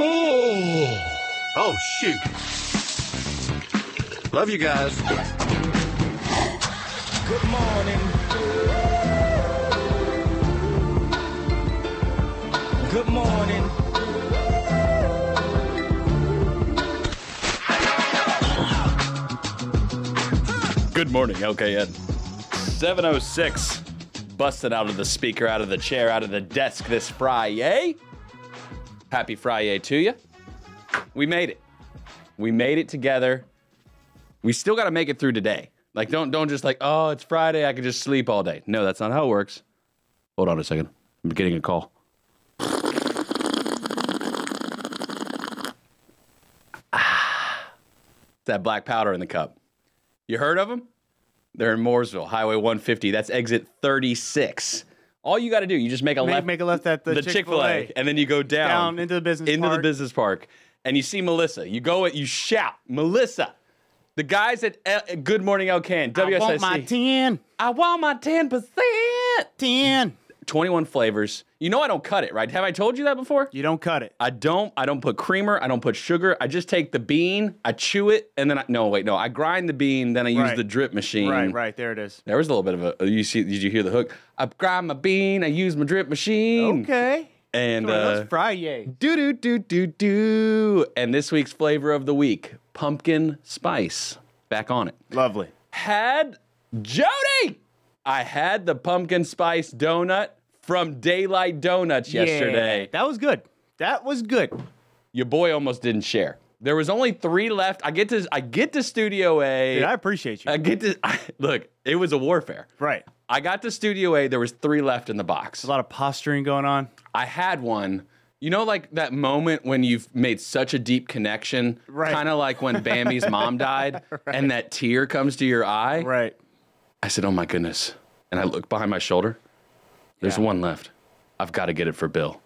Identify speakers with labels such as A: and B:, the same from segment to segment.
A: Oh, oh shoot. Love you guys.
B: Good morning. Good morning.
C: Good morning, okay, Ed. 706 busted oh out of the speaker, out of the chair, out of the desk this Friday. Happy Friday to you. We made it. We made it together. We still got to make it through today. Like don't don't just like, "Oh, it's Friday, I can just sleep all day." No, that's not how it works. Hold on a second. I'm getting a call. Ah. that black powder in the cup. You heard of them? They're in Mooresville, Highway 150. That's exit 36. All you got to do, you just make a
D: Make,
C: left,
D: make a left at the,
C: the Chick-fil-A, and then you go down,
D: Down into the business
C: into the
D: park.
C: business park, and you see Melissa. You go, you shout, Melissa. The guys at uh, Good Morning
D: I
C: LCAN, WSIC.
D: want my 10.
C: I want my 10%.
D: 10.
C: 21 flavors. You know I don't cut it, right? Have I told you that before?
D: You don't cut it.
C: I don't. I don't put creamer. I don't put sugar. I just take the bean. I chew it, and then I, no, wait, no. I grind the bean. Then I use
D: Right.
C: the drip machine.
D: Right, right. There it is.
C: There was a little bit of a. You see? Did you hear the hook? I grind my bean. I use my drip machine.
D: Okay.
C: And
D: Well,
C: uh,
D: that's Friday.
C: do do do do do. And this week's flavor of the week: pumpkin spice. Back on it.
D: Lovely.
C: Had Jody. I had the pumpkin spice donut from Daylight Donuts yesterday.
D: Yeah, that was good. That was good.
C: your boy almost didn't share. There was only three left. I get to I get to Studio A.
D: Dude, I appreciate you.
C: I get to look. It was a warfare.
D: right.
C: I got to Studio A. There was three left in the box.
D: A lot of posturing going on.
C: I had one. You know, like that moment when you've made such a deep connection,
D: Right.
C: kind of like when Bambi's mom died, and that tear comes to your eye.
D: Right.
C: I said, "Oh my goodness!" And I look behind my shoulder. There's one left. I've got to get it for Bill.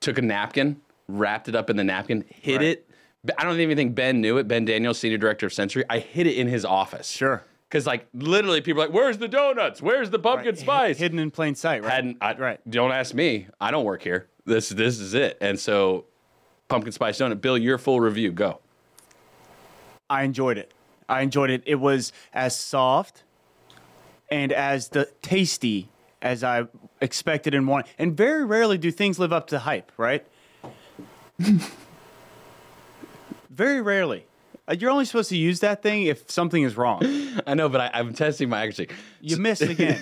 C: Took a napkin, wrapped it up in the napkin, hid
D: Right.
C: it. B- I don't even think Ben knew it. Ben Daniels, senior director of sensory. I hid it in his office.
D: Sure.
C: Because like literally, people are like, "Where's the donuts? Where's the pumpkin spice?"
D: Hidden in plain sight, right?
C: Hadn't. I,
D: Right.
C: Don't ask me. I don't work here. This this is it. And so, pumpkin spice donut. Bill, your full review. Go.
D: I enjoyed it. I enjoyed it. It was as soft and as the tasty as I expected and wanted. And very rarely do things live up to hype, right? very rarely. Uh, You're only supposed to use that thing if something is wrong.
C: I know, but I, I'm testing my accuracy.
D: You missed again.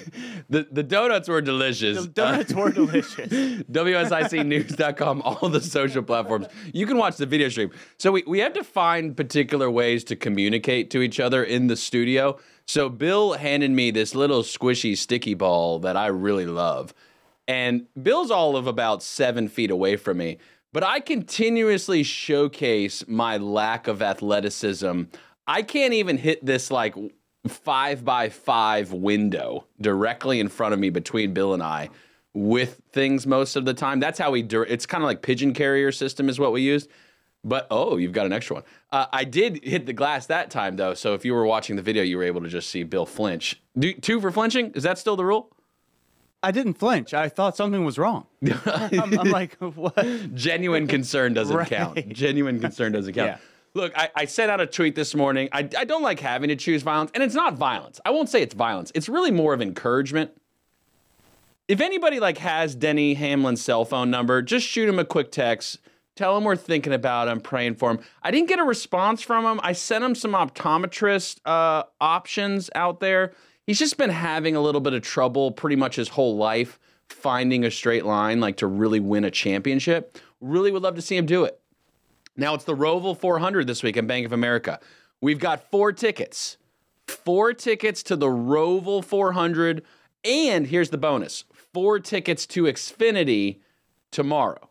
C: The the donuts were delicious. Uh,
D: The donuts were delicious.
C: WSICnews.com, all the social platforms. You can watch the video stream. So we, we have to find particular ways to communicate to each other in the studio. So Bill handed me this little squishy sticky ball that I really love. And Bill's all of about seven feet away from me, but I continuously showcase my lack of athleticism. I can't even hit this like five by five window directly in front of me between Bill and I with things most of the time. That's how we do It's kind of like pigeon carrier system is what we used. But oh, you've got an extra one. Uh, I did hit the glass that time though. So if you were watching the video, you were able to just see Bill flinch. Do, two for flinching? Is that still the rule?
D: I didn't flinch. I thought something was wrong. I'm, I'm like, what?
C: Genuine concern doesn't
D: Right.
C: count. Genuine concern doesn't count.
D: Yeah.
C: Look, I, I sent out a tweet this morning. I, I don't like having to choose violence, and it's not violence. I won't say it's violence. It's really more of encouragement. If anybody like has Denny Hamlin's cell phone number, just shoot him a quick text. Tell him we're thinking about him, praying for him. I didn't get a response from him. I sent him some optometrist uh, options out there. He's just been having a little bit of trouble pretty much his whole life finding a straight line, like to really win a championship. Really would love to see him do it. Now it's the Roval 400 this week in Bank of America. We've got four tickets. Four tickets to the Roval 400. And here's the bonus four tickets to Xfinity tomorrow.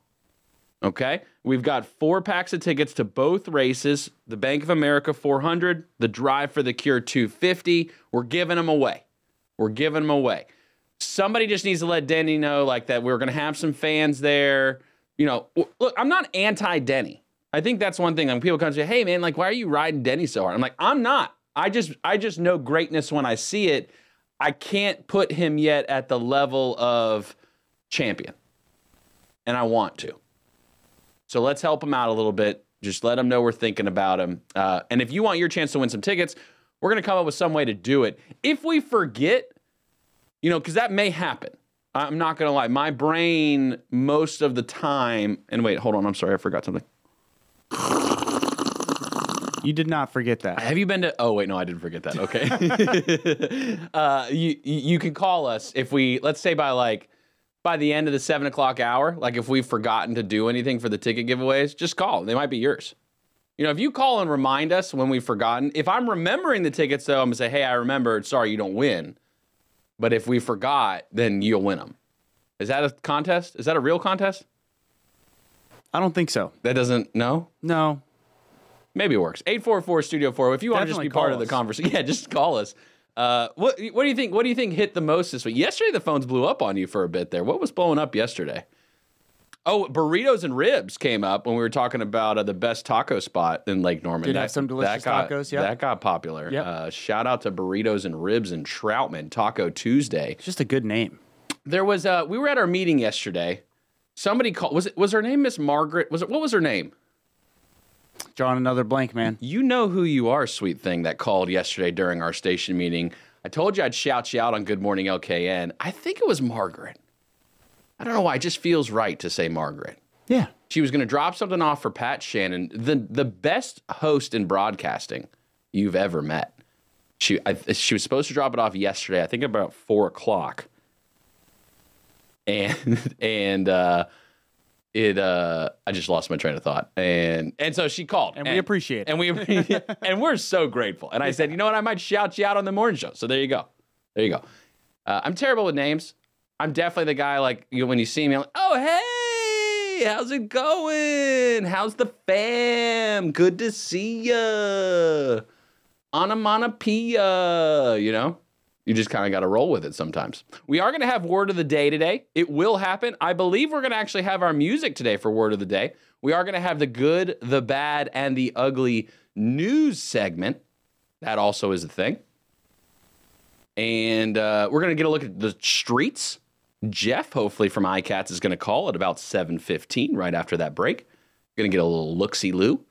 C: Okay? We've got four packs of tickets to both races the Bank of America 400, the Drive for the Cure 250. We're giving them away. We're giving them away. Somebody just needs to let Denny know, like, that we're going to have some fans there. You know, w- look, I'm not anti Denny. I think that's one thing. When people come to say, hey, man, like, why are you riding Denny so hard? I'm like, I'm not. I just, I just know greatness when I see it. I can't put him yet at the level of champion, and I want to. So let's help him out a little bit. Just let him know we're thinking about him. Uh, and if you want your chance to win some tickets, we're going to come up with some way to do it. If we forget, you know, because that may happen. I'm not going to lie. My brain, most of the time, and wait, hold on. I'm sorry. I forgot something.
D: You did not forget that.
C: Have you been to? Oh wait, no, I didn't forget that. Okay, uh, you you- you can call us if we let's say by like by the end of the seven o'clock hour, like if we've forgotten to do anything for the ticket giveaways, just call. They might be yours. You know, if you call and remind us when we've forgotten, if I'm remembering the tickets though, I'm gonna say, hey, I remembered. Sorry, you don't win. But if we forgot, then you'll win them. Is that a contest? Is that a real contest?
D: I don't think so.
C: That doesn't no.
D: No.
C: Maybe it works. 844 Studio 4. If you want to just
D: Definitely
C: be part of
D: call
C: the
D: us.
C: conversation, yeah, just call us. Uh, what what do you think? What do you think hit the most this week? Yesterday the phones blew up on you for a bit there. What was blowing up yesterday? Oh, burritos and ribs came up when we were talking about uh, the best taco spot in Lake Norman.
D: Did have some delicious
C: got,
D: tacos, yeah.
C: that got popular.
D: Yep.
C: Uh, shout out to burritos and ribs and Troutman Taco Tuesday.
D: It's just a good name.
C: There was uh, we were at our meeting yesterday. Somebody called. Was it was her name Miss Margaret? Was it what was her name?
D: Drawing another blank, man.
C: You know who you are, sweet thing, that called yesterday during our station meeting. I told you I'd shout you out on Good Morning LKN. I think it was Margaret. I don't know why. It just feels right to say Margaret.
D: Yeah.
C: She was going to drop something off for Pat Shannon, the, the best host in broadcasting you've ever met. She, I, she was supposed to drop it off yesterday, I think about four o'clock. And, and, uh, it uh I just lost my train of thought. And and so she called.
D: And we appreciate it.
C: And we and we're so grateful. And I said, you know what, I might shout you out on the morning show. So there you go. There you go. Uh, I'm terrible with names. I'm definitely the guy like you when you see me, I'm like, oh hey, how's it going? How's the fam? Good to see ya. Onomatopoeia, you know? You just kind of got to roll with it sometimes. We are going to have word of the day today. It will happen. I believe we're going to actually have our music today for word of the day. We are going to have the good, the bad, and the ugly news segment. That also is a thing. And uh, we're going to get a look at the streets. Jeff, hopefully from iCats, is going to call at about 7:15 right after that break. Going to get a little look-see loo.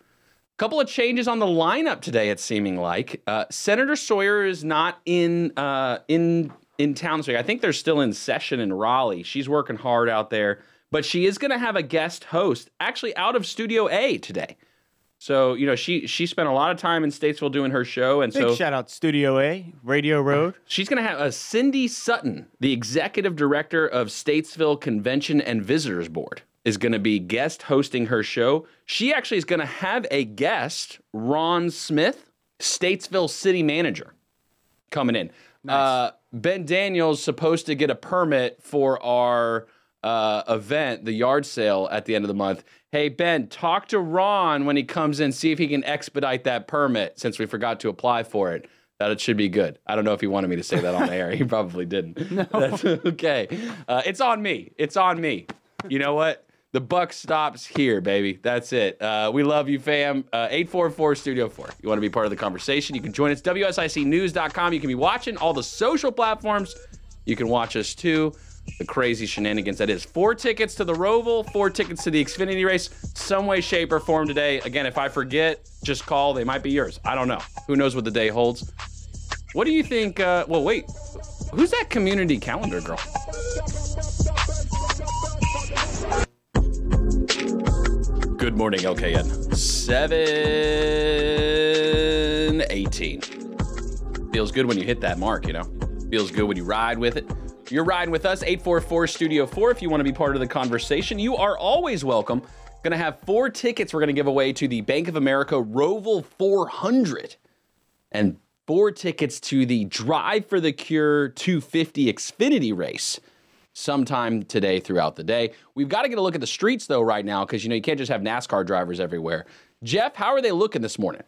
C: Couple of changes on the lineup today. It's seeming like uh, Senator Sawyer is not in uh, in in town this week. I think they're still in session in Raleigh. She's working hard out there, but she is going to have a guest host actually out of Studio A today. So you know she she spent a lot of time in Statesville doing her show, and
D: Big
C: so
D: shout out Studio A, Radio Road.
C: She's going to have uh, Cindy Sutton, the executive director of Statesville Convention and Visitors Board, is going to be guest hosting her show. She actually is going to have a guest, Ron Smith, Statesville city manager, coming in. Uh, ben Daniels supposed to get a permit for our uh, event, the yard sale at the end of the month. Hey Ben, talk to Ron when he comes in, see if he can expedite that permit since we forgot to apply for it. That it should be good. I don't know if he wanted me to say that on air. He probably didn't. No. That's okay. Uh, it's on me. It's on me. You know what? The buck stops here, baby. That's it. Uh, we love you, fam. Uh, 844 Studio 4. You want to be part of the conversation? You can join us. WSICnews.com. You can be watching all the social platforms. You can watch us too. The crazy shenanigans that is. Four tickets to the Roval, four tickets to the Xfinity race, some way, shape, or form today. Again, if I forget, just call. They might be yours. I don't know. Who knows what the day holds? What do you think? Uh, well, wait. Who's that community calendar girl? Good morning, LKN. 718. Feels good when you hit that mark, you know? Feels good when you ride with it. You're riding with us, 844 Studio 4, if you want to be part of the conversation. You are always welcome. Gonna have four tickets we're gonna give away to the Bank of America Roval 400 and four tickets to the Drive for the Cure 250 Xfinity race sometime today throughout the day. We've got to get a look at the streets though right now because you know you can't just have NASCAR drivers everywhere. Jeff, how are they looking this morning?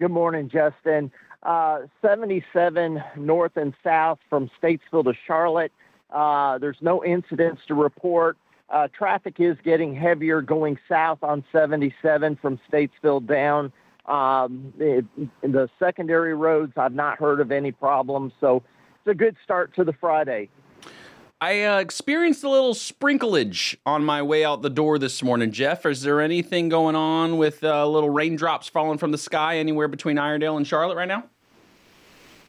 E: Good morning, Justin. Uh, 77 north and south from Statesville to Charlotte. Uh, there's no incidents to report. Uh, traffic is getting heavier going south on 77 from Statesville down. Um, it, the secondary roads, I've not heard of any problems. So it's a good start to the Friday.
C: I uh, experienced a little sprinkleage on my way out the door this morning, Jeff. Is there anything going on with uh, little raindrops falling from the sky anywhere between Iredale and Charlotte right now?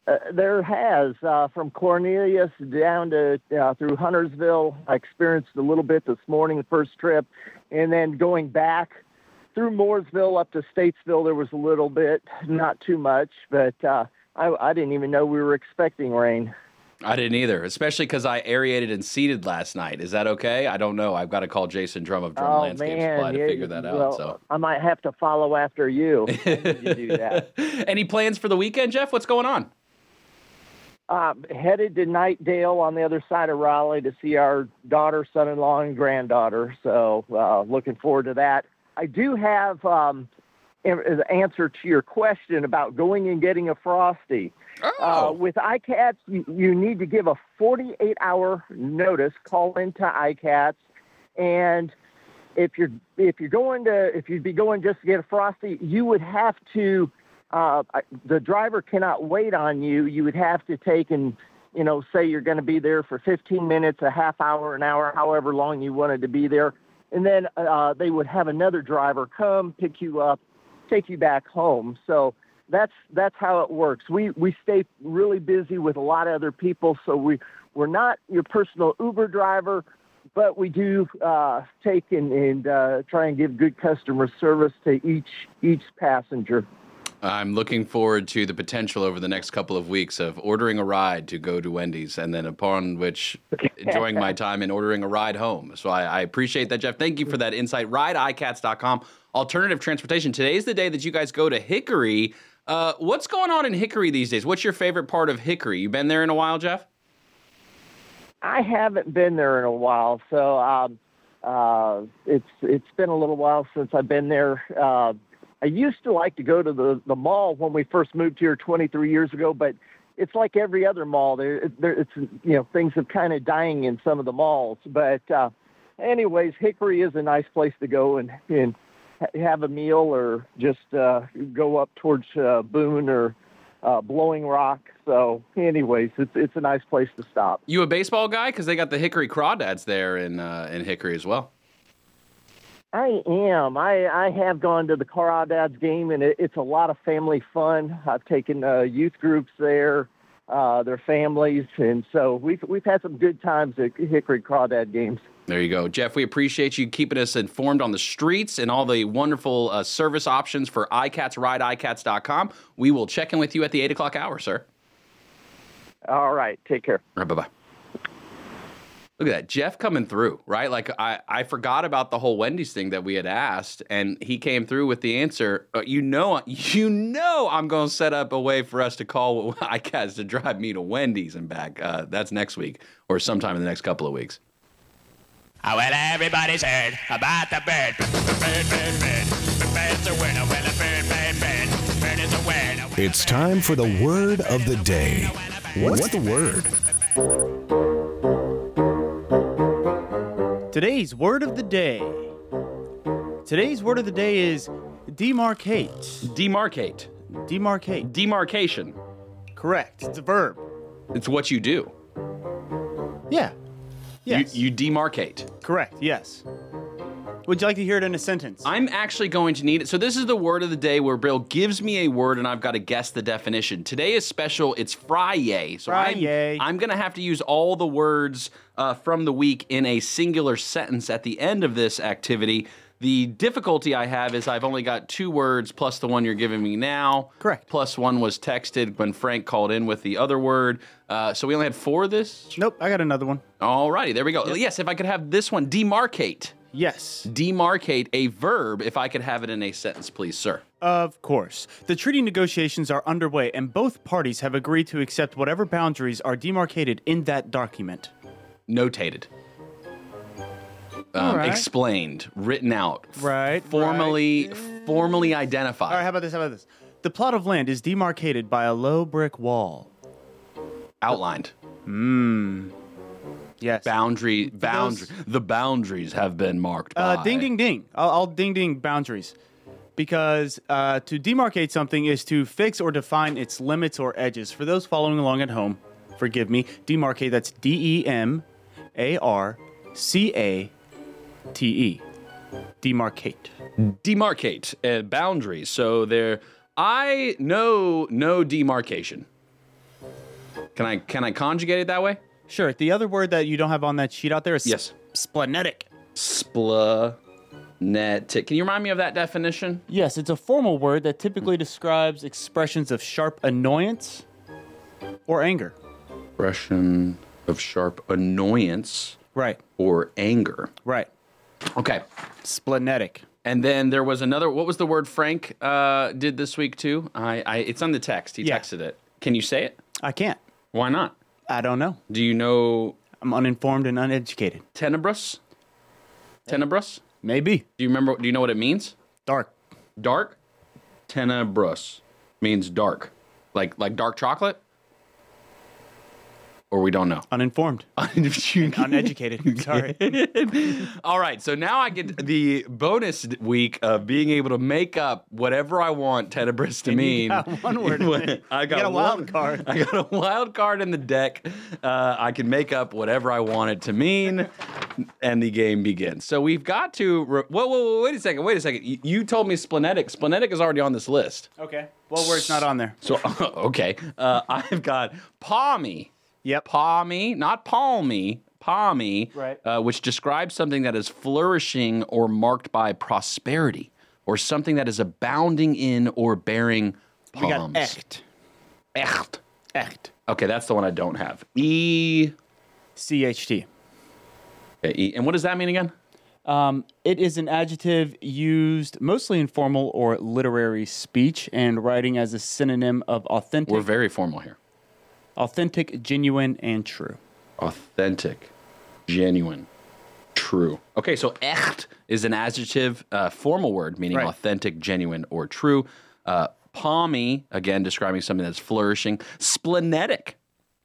E: Uh, there has uh, from Cornelius down to uh, through Huntersville. I experienced a little bit this morning, the first trip, and then going back through Mooresville up to Statesville, there was a little bit, not too much, but uh, I, I didn't even know we were expecting rain.
C: I didn't either, especially because I aerated and seeded last night. Is that okay? I don't know. I've got to call Jason Drum of Drum
E: oh
C: Landscape
E: man,
C: Supply to
E: yeah,
C: figure that
E: well,
C: out. So,
E: I might have to follow after you. when you do that.
C: any plans for the weekend, Jeff? What's going on?
E: Uh, headed to Nightdale on the other side of Raleigh to see our daughter, son-in-law, and granddaughter. So uh, looking forward to that. I do have um, an an answer to your question about going and getting a frosty. Uh, with ICATS, you, you need to give a 48-hour notice. Call into ICATS, and if you're if you're going to if you'd be going just to get a frosty, you would have to uh, I- the driver cannot wait on you. You would have to take and you know say you're going to be there for 15 minutes, a half hour, an hour, however long you wanted to be there, and then uh, they would have another driver come pick you up, take you back home. So that's that's how it works. We we stay really busy with a lot of other people, so we we're not your personal Uber driver, but we do uh, take and, and uh, try and give good customer service to each each passenger.
C: I'm looking forward to the potential over the next couple of weeks of ordering a ride to go to Wendy's and then upon which enjoying my time and ordering a ride home. So I, I appreciate that, Jeff. Thank you for that insight. RideICats.com, alternative transportation. Today is the day that you guys go to Hickory. Uh, what's going on in Hickory these days? What's your favorite part of Hickory? You been there in a while, Jeff?
E: I haven't been there in a while, so um, uh, it's it's been a little while since I've been there. Uh, I used to like to go to the the mall when we first moved here 23 years ago, but it's like every other mall. There, there it's you know things have kind of dying in some of the malls. But uh, anyways, Hickory is a nice place to go and and ha- have a meal or just uh, go up towards uh, Boone or uh, Blowing Rock. So anyways, it's it's a nice place to stop.
C: You a baseball guy? Because they got the Hickory Crawdads there in, uh, in Hickory as well.
E: I am. I, I have gone to the Crawdads game, and it, it's a lot of family fun. I've taken uh, youth groups there, uh, their families, and so we've we've had some good times at Hickory Crawdad games.
C: There you go. Jeff, we appreciate you keeping us informed on the streets and all the wonderful uh, service options for iCats, rideicats.com. We will check in with you at the 8 o'clock hour, sir.
E: All right, take care.
C: All right, bye-bye. Look at that. Jeff coming through, right? Like, I, I forgot about the whole Wendy's thing that we had asked, and he came through with the answer. Uh, you know, you know I'm going to set up a way for us to call iCats to drive me to Wendy's and back. Uh, that's next week or sometime in the next couple of weeks.
F: Oh, well, everybody's heard about the bird. Bird, bird, bird. Bird's a winner. Well, a bird, bird, bird. Bird is a winner.
G: It's time for the word of the day. What's the word?
D: Today's word of the day. Today's word of the day is demarcate.
C: Demarcate.
D: Demarcate.
C: Demarcation.
D: Correct. It's a verb.
C: It's what you do.
D: Yeah. Yes.
C: You, you demarcate.
D: Correct. Yes. Would you like to hear it in a sentence?
C: I'm actually going to need it. So this is the word of the day where Bill gives me a word and I've got to guess the definition. Today is special. It's Friday. So
D: Friday.
C: I'm, I'm going to have to use all the words uh, from the week in a singular sentence at the end of this activity. The difficulty I have is I've only got two words plus the one you're giving me now.
D: Correct.
C: Plus one was texted when Frank called in with the other word. Uh, so we only had four of this.
D: nope. I got another one.
C: Alrighty, there we go. Yes, if I could have this one, demarcate.
D: Yes.
C: demarcate a verb if I could have it in a sentence, please, sir.
D: Of course. The treaty negotiations are underway, and both parties have agreed to accept whatever boundaries are demarcated in that document.
C: Notated. Um,
D: All right.
C: Explained, written out, f-
D: Right,
C: Formally, formally identified.
D: All right, how about this? How about this? The plot of land is demarcated by a low brick wall.
C: outlined.
D: Yes.
C: Boundary, boundary. The boundaries have been marked.
D: Uh,
C: by-
D: ding, ding, ding. I'll, I'll ding, ding boundaries. Because uh, to demarcate something is to fix or define its limits or edges. For those following along at home, forgive me. Demarcate, that's D E M A R C A T E. Demarcate.
C: Demarcate uh, boundaries. So there, I know no demarcation. Can I can I conjugate it that way?
D: Sure. The other word that you don't have on that sheet out there is
C: Yes.
D: splenetic.
C: Splanetic. Can you remind me of that definition?
D: Yes, it's a formal word that typically describes expressions of sharp annoyance or anger.
C: Expression of sharp annoyance
D: Right.
C: or anger.
D: Right.
C: Okay.
D: Splenetic.
C: And then there was another. What was the word Frank uh, did this week too? I, I it's on the text. He
D: Yeah.
C: texted it. Can you say it?
D: I can't.
C: Why not?
D: I don't know.
C: Do you know
D: I'm uninformed and uneducated.
C: tenebrous? Tenebrous.
D: Maybe.
C: Do you remember? Do you know what it means?
D: Dark.
C: Dark. Tenebrous means dark, like like dark chocolate. Or we don't know.
D: Uninformed. uneducated. Sorry.
C: All right, so now I get the bonus week of being able to make up whatever I want tenebrous to mean.
D: got one word in there.
C: I
D: You
C: got,
D: got a wild
C: one-
D: card.
C: I got a wild card in the deck. Uh, I can make up whatever I want it to mean, and the game begins. So we've got to. Re- whoa, whoa, whoa! Wait a second! Wait a second! You, you told me splenetic. Splenetic is already on this list.
D: Okay. Well, word's not on there.
C: So okay, uh, I've got palmy.
D: Yep.
C: Palmy, not palmy, palmy,
D: Right.
C: uh, which describes something that is flourishing or marked by prosperity or something that is abounding in or bearing
D: We got
C: palms.
D: echt.
C: Echt.
D: Echt.
C: Okay, that's the one I don't have. E.
D: CHT.
C: okay, e. And what does that mean again?
D: Um, it is an adjective used mostly in formal or literary speech and writing as a synonym of authentic,
C: We're very formal here.
D: authentic, genuine, and true.
C: authentic, genuine, true. Okay, so echt is an adjective, uh, formal word meaning
D: Right.
C: authentic, genuine, or true. Uh, palmy, again, describing something that's flourishing. Splenetic,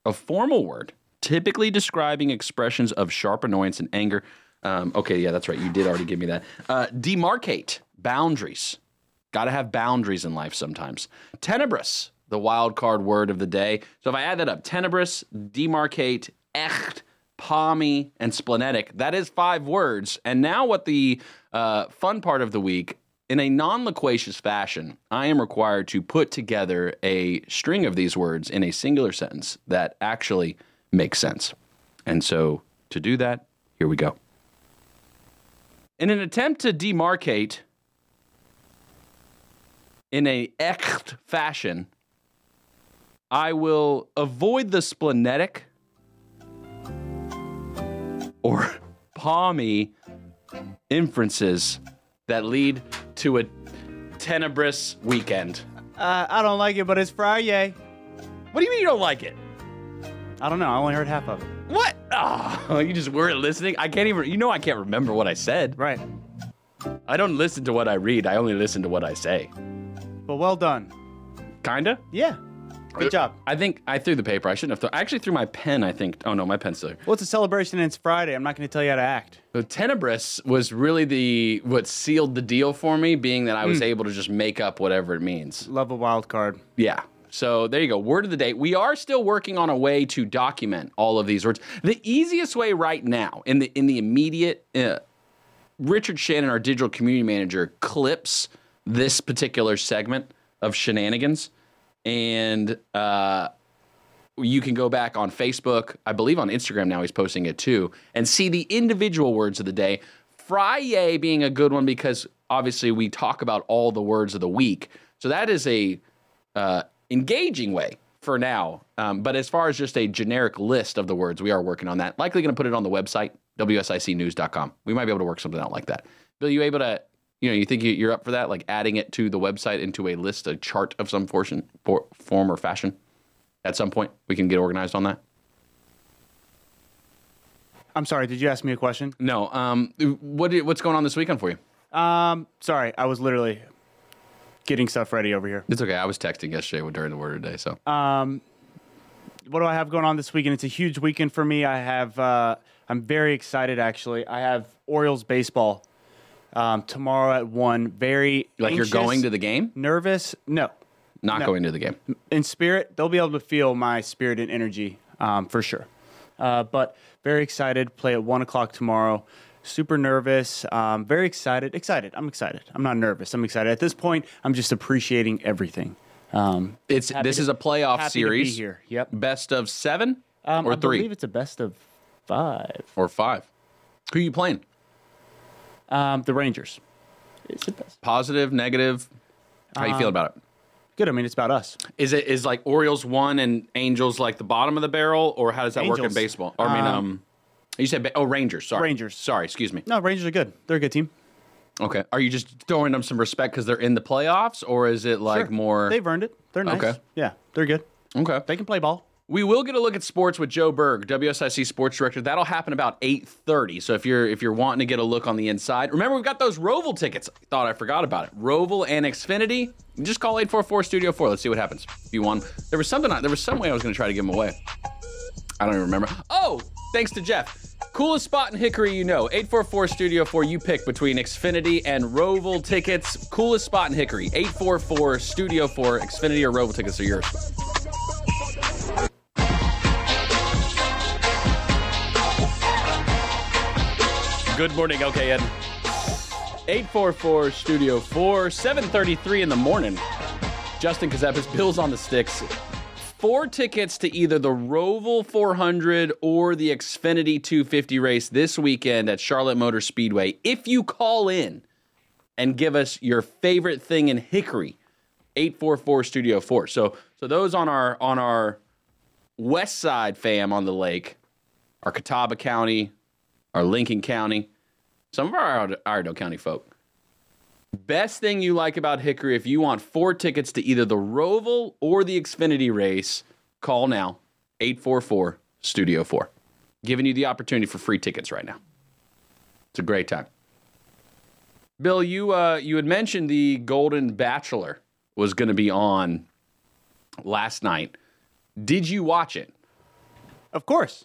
C: a formal word, typically describing expressions of sharp annoyance and anger. Um, okay, yeah, that's right. You did already give me that. Uh, demarcate, boundaries. Got to have boundaries in life sometimes. Tenebrous, the wild card word of the day. So if I add that up, tenebrous, demarcate, echt, palmy, and splenetic, that is five words. And now, what the uh, fun part of the week, in a non loquacious fashion, I am required to put together a string of these words in a singular sentence that actually makes sense. And so to do that, here we go. In an attempt to demarcate, in a echt fashion, I will avoid the splenetic or palmy inferences that lead to a tenebrous weekend.
D: Uh, I don't like it, but it's Friday.
C: What do you mean you don't like it?
D: I don't know. I only heard half of it.
C: What? Oh, you just weren't listening. I can't even. You know, I can't remember what I said.
D: Right.
C: I don't listen to what I read. I only listen to what I say.
D: But well done.
C: Kinda.
D: Yeah. Good job.
C: I think I threw the paper. I shouldn't have. Thrown, I actually threw my pen. I think. Oh no, my pen's there.
D: Well, it's a celebration and it's Friday. I'm not going to tell you how to act.
C: So Tenebris was really the what sealed the deal for me, being that I was able to just make up whatever it means.
D: Love a wild card.
C: Yeah. So there you go. Word of the day. We are still working on a way to document all of these words. The easiest way right now, in the in the immediate, uh, Richard Shannon, our digital community manager, clips this particular segment of shenanigans, and uh, you can go back on Facebook, I believe on Instagram now he's posting it too, and see the individual words of the day. Friday being a good one because obviously we talk about all the words of the week. So that is a uh, engaging way for now. Um, but as far as just a generic list of the words, we are working on that. Likely going to put it on the website, wsicnews.com. We might be able to work something out like that. Bill, you able to, you know, you think you- you're up for that? Like adding it to the website into a list, a chart of some portion, for, form or fashion? At some point, we can get organized on that.
D: I'm sorry. Did you ask me a question?
C: No. Um, what what's going on this weekend for you?
D: Um, sorry. I was literally getting stuff ready over here.
C: It's okay. I was texting yesterday during the word of the day, so
D: what do I have going on this weekend? It's a huge weekend for me. I have uh, I'm very excited actually. I have Orioles baseball um, tomorrow at one. Very
C: like
D: anxious,
C: you're going to the game,
D: nervous. No,
C: not going to the game.
D: in spirit they'll be able to feel my spirit and energy um, for sure. Uh, but very excited. Play at one o'clock tomorrow. Super nervous. Um, very excited. Excited. I'm excited. I'm not nervous. I'm excited. At this point, I'm just appreciating everything. Um,
C: It's
D: happy
C: this
D: to-
C: is a playoff
D: happy to be
C: series.
D: here. Yep.
C: Best of seven
H: Um,
C: or
H: I
C: three
H: believe it's a best of five.
C: or five. Who you playing?
D: um, the Rangers.
H: It's a best.
C: Positive, negative. How you feel about it?
D: Good. I mean, it's about us.
C: Is it is like Orioles one and Angels like the bottom of the barrel, or how does that work in
D: Angels.
C: baseball? Or, I mean, um, you said ba- oh Rangers. Sorry,
D: Rangers.
C: Sorry, excuse me.
D: No, Rangers are good. They're a good team.
C: Okay, are you just throwing them some respect because they're in the playoffs, or is it like
D: Sure.
C: more?
D: They've earned it. They're nice.
C: Okay.
D: Yeah, they're good.
C: okay,
D: They can play ball.
C: We will get a look at sports with Joe Berg, WSIC sports director. That'll happen about 8:30. So if you're if you're wanting to get a look on the inside, remember we've got those Roval tickets. Thought I forgot about it. Roval and Xfinity. Just call 844 Studio 4. Let's see what happens. If you want, there was something I, there was some way I was going to try to give them away. I don't even remember. Oh, thanks to Jeff. Coolest spot in Hickory, you know. 844 Studio 4, you pick between Xfinity and Roval tickets. Coolest spot in Hickory. 844 Studio 4, Xfinity or Roval tickets are yours. Good morning, okay, Ed. 844 Studio 4, 7.33 in the morning. Justin Kazepis, Bills on the Sticks. Four tickets to either the Roval 400 or the Xfinity 250 race this weekend at Charlotte Motor Speedway. If you call in and give us your favorite thing in Hickory, 844 Studio 4. So so those on our on our west side fam on the lake, our Catawba County, our Lincoln County, some of our Iredell County folk. Best thing you like about Hickory, if you want four tickets to either the Roval or the Xfinity race, call now 844 Studio 4. Giving you the opportunity for free tickets right now. It's a great time. Bill, you uh, you had mentioned the Golden Bachelor was going to be on last night. Did you watch it?
D: Of course.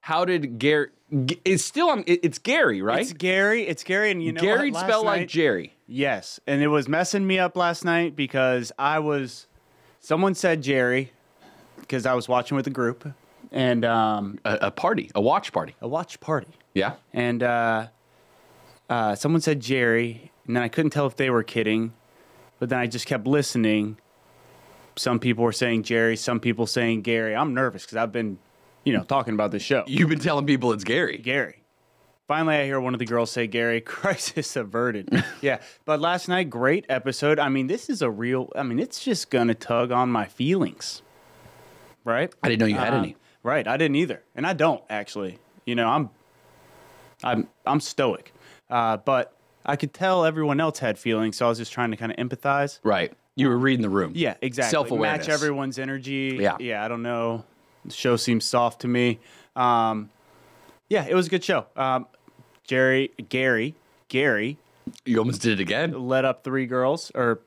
C: How did Gary? G- It's still on. it- It's Gary, right?
D: It's Gary. It's Gary, and you know
C: Gary
D: what? Last
C: spelled like
D: night-
C: Jerry.
D: Yes, and it was messing me up last night because I was. Someone said Jerry, because I was watching with a group, and um,
C: A, a party, a watch party.
D: a watch party.
C: Yeah.
D: and uh, uh, someone said Jerry, and then I couldn't tell if they were kidding, but then I just kept listening. Some people were saying Jerry, some people saying Gary. I'm nervous because I've been, you know, talking about this show.
C: You've been telling people it's Gary.
D: Gary. Finally, I hear one of the girls say Gary. Crisis averted. yeah, but last night, great episode. I mean, this is a real. I mean, it's just gonna tug on my feelings, right?
C: I didn't know you had
D: Uh-huh.
C: any.
D: Right, I didn't either, and I don't actually. You know, I'm, I'm, I'm stoic, uh, but I could tell everyone else had feelings, so I was just trying to kind of empathize.
C: Right. You were reading the room.
D: Yeah, exactly.
C: Self awareness.
D: Match everyone's energy.
C: Yeah.
D: yeah. I don't know. The show seems soft to me. Um, yeah, it was a good show. Um, Jerry, Gary, Gary
C: You almost did it again.
D: led up three girls, or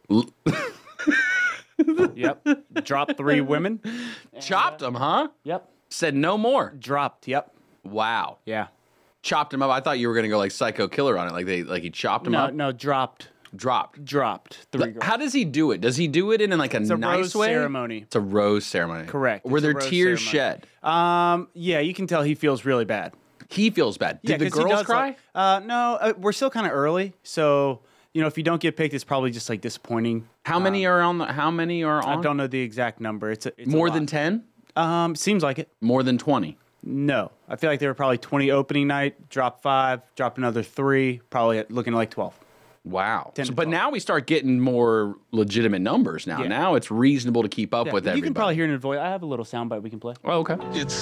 D: yep, dropped three women.
C: Chopped him, huh?
H: Yep.
C: Said no more.
D: Dropped. Yep.
C: Wow.
D: Yeah.
C: Chopped him up. I thought you were gonna go like psycho killer on it. Like they like he chopped him
D: No,
C: up.
D: no, dropped.
C: Dropped.
D: Dropped three girls.
C: How does he do it? Does he do it in like a,
D: a
C: nice
D: rose
C: way?
D: ceremony.
C: It's a rose ceremony.
D: Correct.
C: Were
D: It's a
C: there
D: rose
C: tears
D: ceremony.
C: shed?
D: Um, yeah, you can tell he feels really bad.
C: He feels bad. Did
D: Yeah,
C: the
D: 'cause he
C: girls
D: does,
C: cry?
D: like- uh, no, uh, we're still kind of early, so you know if you don't get picked, it's probably just like disappointing.
C: how many are on? The, how many are on?
D: um, I don't know the exact number. It's, a, it's a
C: More than
D: lot.
C: ten?
D: Um, seems like it.
C: More than twenty?
D: No, I feel like there were probably twenty opening night. Drop five, drop another three. Probably at- looking like twelve.
C: Wow.
D: 10
C: So-
D: to
C: but
D: 12.
C: now we start getting more legitimate numbers now.
D: Yeah.
C: Now it's reasonable to keep up
D: Yeah,
C: with
D: you
C: everybody.
D: can probably hear it in the voice. I have a little soundbite we can play.
C: Oh, okay.
I: It's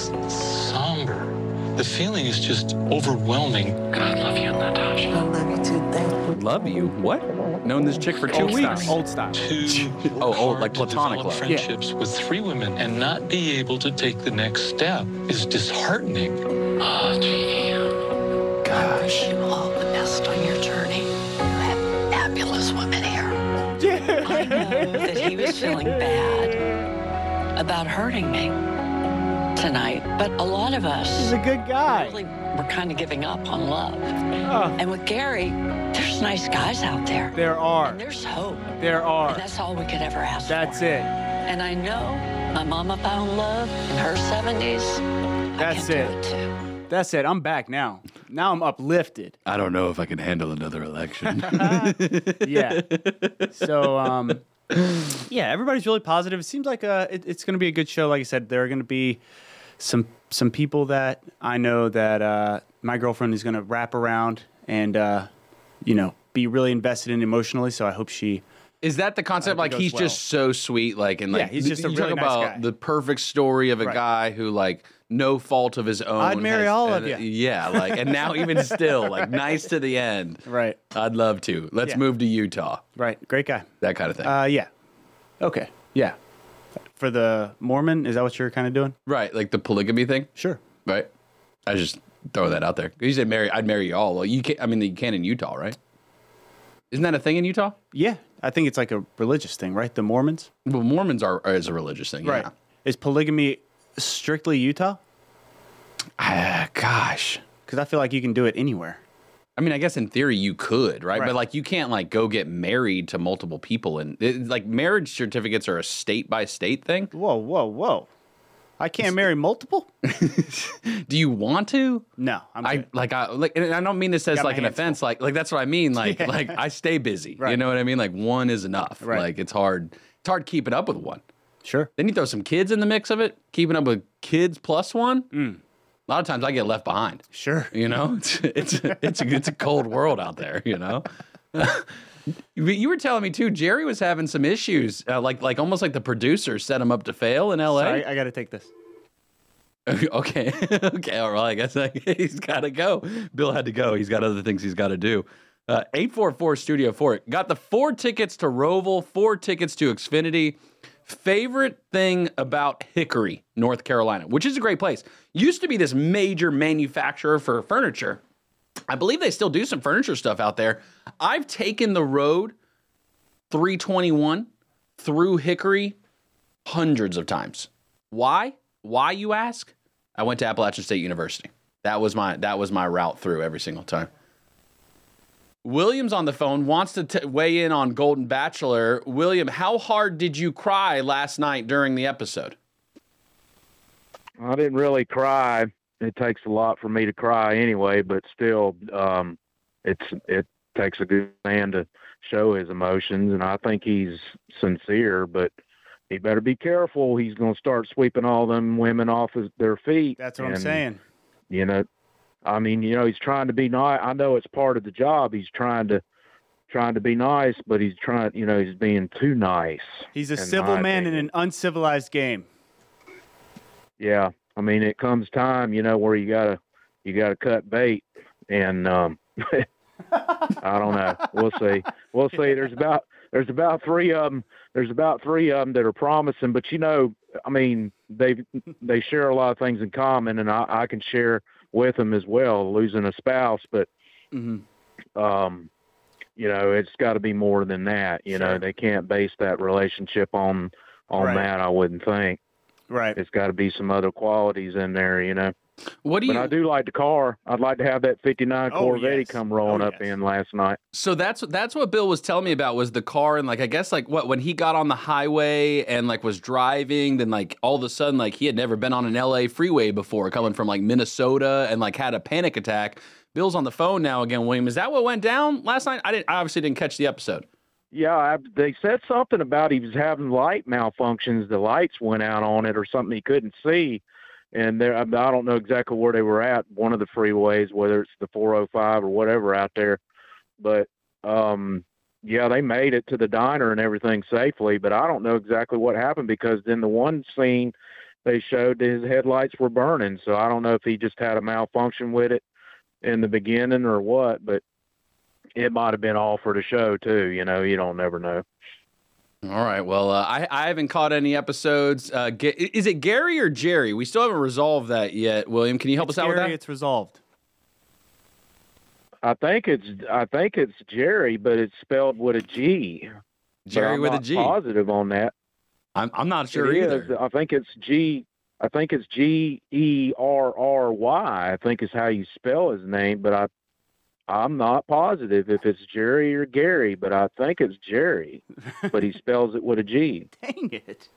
I: somber. The feeling is just overwhelming. And I love you, Natasha.
C: Love you. What? Known this chick for two weeks.
D: Oh, Old style.
I: To work
C: Oh, oh,
I: hard
C: like
I: to
C: platonic
I: develop
C: love. Yeah.
I: friendships with three women and not be able to take the next step is disheartening.
J: Oh, Trivia. Gosh. You all the best on your journey. You have fabulous women here. I know that he was feeling bad about hurting me tonight, but a lot of us
D: He's a good guy.
J: really were kind of giving up on love. And with Gary, there's nice guys out there.
D: There are.
J: And there's hope.
D: There
J: And
D: are.
J: that's all we could ever ask
D: That's
J: for.
D: it.
J: And I know my mama found love in her 70s.
D: That's it. That's it. I'm back now. Now I'm uplifted.
C: I don't know if I can handle another election.
D: Yeah. so, um, yeah, everybody's really positive. It seems like uh, it, it's going to be a good show. Like I said, there are going to be some some people that I know that uh, my girlfriend is going to wrap around and uh, you know be really invested in emotionally. So I hope she.
C: Is that the concept?
D: I
C: Like
D: hope it
C: he's
D: goes
C: just so sweet, like and like
D: Yeah, he's just a
C: you
D: really
C: talk
D: nice
C: about
D: guy.
C: the perfect story of a
D: Right.
C: guy who like no fault of his own.
D: I'd marry all of
C: and,
D: ya.
C: Yeah, like and now even still, like nice to the end.
D: Right.
C: I'd love to. Let's
D: Yeah.
C: move to Utah.
D: Right. Great guy.
C: That kind of thing.
D: Uh, yeah. Okay. Yeah. For the Mormon, is that what you're kind of doing?
C: right, like the polygamy thing.
D: Sure.
C: Right. I was just throw that out there. You said marry. I'd marry you all. Well, you can. not I mean, you can in Utah, right? Isn't that a thing in Utah?
D: Yeah, I think it's like a religious thing, right? The Mormons.
C: Well, Mormons are, are is a religious thing. Yeah.
D: Is polygamy strictly Utah?
C: Ah, gosh.
D: Because I feel like you can do it anywhere.
C: I mean, I guess in theory you could, right?
D: Right.
C: But like, you can't like go get married to multiple people, and it, like marriage certificates are a state by state thing.
D: Whoa, whoa, whoa! I can't marry multiple.
C: Do you want to?
D: No, I'm
C: I
D: good.
C: like I like, and I don't mean this as
D: Got my
C: like an
D: hands
C: offense. Like like that's what I mean. Like
D: Yeah.
C: like I stay busy. You
D: Right.
C: know what I mean? Like one is enough.
D: Right.
C: Like it's hard. It's hard keeping up with one.
D: sure.
C: Then you throw some kids in the mix of it. Keeping up with kids plus one. A lot of times I get left behind.
D: Sure.
C: You know, it's it's it's a, it's a cold world out there. You know. But you were telling me too. Jerry was having some issues, uh, like like almost like the producer set him up to fail in L.A.
D: I, I got to take this.
C: okay, okay, all right. I guess I, he's got to go. Bill had to go. He's got other things he's got to do. Uh, Eight four four Studio Four got the four tickets to Roval, four tickets to Xfinity. Favorite thing about Hickory, North Carolina, which is a great place, used to be this major manufacturer for furniture. I believe they still do some furniture stuff out there. I've taken the road 321 through Hickory hundreds of times. Why? Why you ask? I went to Appalachian State University. That was my that was my route through every single time. William's on the phone wants to t- weigh in on Golden Bachelor. William, how hard did you cry last night during the episode?
E: I didn't really cry. It takes a lot for me to cry anyway, but still, um, it's it takes a good man to show his emotions, and I think he's sincere. But he better be careful. He's going to start sweeping all them women off his, their feet.
D: That's what I'm
E: and,
D: saying.
E: You know, I mean, you know, he's trying to be nice. I know it's part of the job. He's trying to trying to be nice, but he's trying. You know, he's being too nice.
D: He's a
E: in
D: civil
E: my
D: man in an uncivilized game.
E: yeah i mean it comes time you know where you gotta you gotta cut bait and um i don't know we'll see we'll see there's about there's about three of them there's about three of them that are promising but you know i mean they they share a lot of things in common and i i can share with them as well losing a spouse but
D: Mhm.
E: um you know it's got to be more than that you know
D: Sure.
E: they can't base that relationship on on
D: Right.
E: that i wouldn't think
D: Right.
E: it's got to be some other qualities in there, you know.
C: What do
E: But
C: you
E: I do like the car. I'd like to have that '59
D: Oh,
E: Corvette
D: yes.
E: come rolling
D: Oh,
E: up
D: yes.
E: in last night.
C: So that's that's what Bill was telling me about was the car and like I guess like what when he got on the highway and like was driving then like all of a sudden like he had never been on an LA freeway before coming from like Minnesota and like had a panic attack. Bill's on the phone now again, William. Is that what went down last night? I didn't I obviously didn't catch the episode.
E: Yeah, I, they said something about he was having light malfunctions. The lights went out on it or something he couldn't see. And there, I I don't know exactly where they were at. One of the freeways, whether it's the 405 or whatever out there, but um, yeah, they made it to the diner and everything safely. But I don't know exactly what happened because then the one scene they showed his headlights were burning. So I don't know if he just had a malfunction with it in the beginning or what. But it might have been all for the show too. You know, you don't never know.
C: All right. Well, uh, I I haven't caught any episodes. Uh, Ga- is it Gary or Jerry? We still haven't resolved that yet. William, can you help us out
D: Gary,
C: with
D: it's resolved.
E: I think it's I think it's Jerry, but it's spelled with a G.
C: that?
E: But
C: Jerry
E: I'm
C: with a
E: not
C: G.
E: Positive on that.
C: I'm I'm not sure
E: It
C: either.
E: is. uh, I think it's G. I think it's G E R R Y. I think is how you spell his name, but I
K: I'm not positive if it's Jerry or Gary, but I think it's Jerry. but he spells it with a G.
D: Dang it.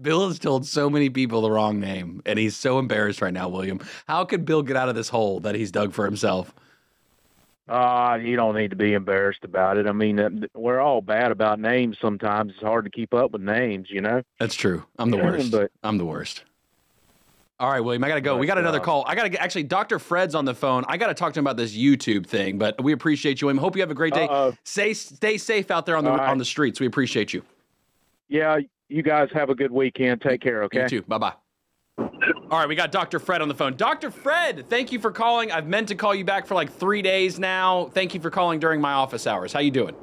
C: Bill has told so many people the wrong name, and he's so embarrassed right now, William. How can Bill get out of this hole that he's dug for himself?
K: Uh, you don't need to be embarrassed about it. I mean, uh, we're all bad about names sometimes. It's hard to keep up with names, you know?
C: That's true. I'm the worst.
K: But-
C: I'm the worst. All right, William, I got to go. We got another call. I got to get actually, Dr. Fred's on the phone. I got to talk to him about this YouTube thing, but we appreciate you, William. Hope you have a great day.
K: Uh-oh.
C: Stay, stay safe out there on the,
K: All right.
C: on the streets. We appreciate you.
K: Yeah, you guys have a good weekend. Take care, okay?
C: You too. Bye bye. All right, we got Dr. Fred on the phone. Dr. Fred, thank you for calling. I've meant to call you back for like three days now. Thank you for calling during my office hours. How you doing?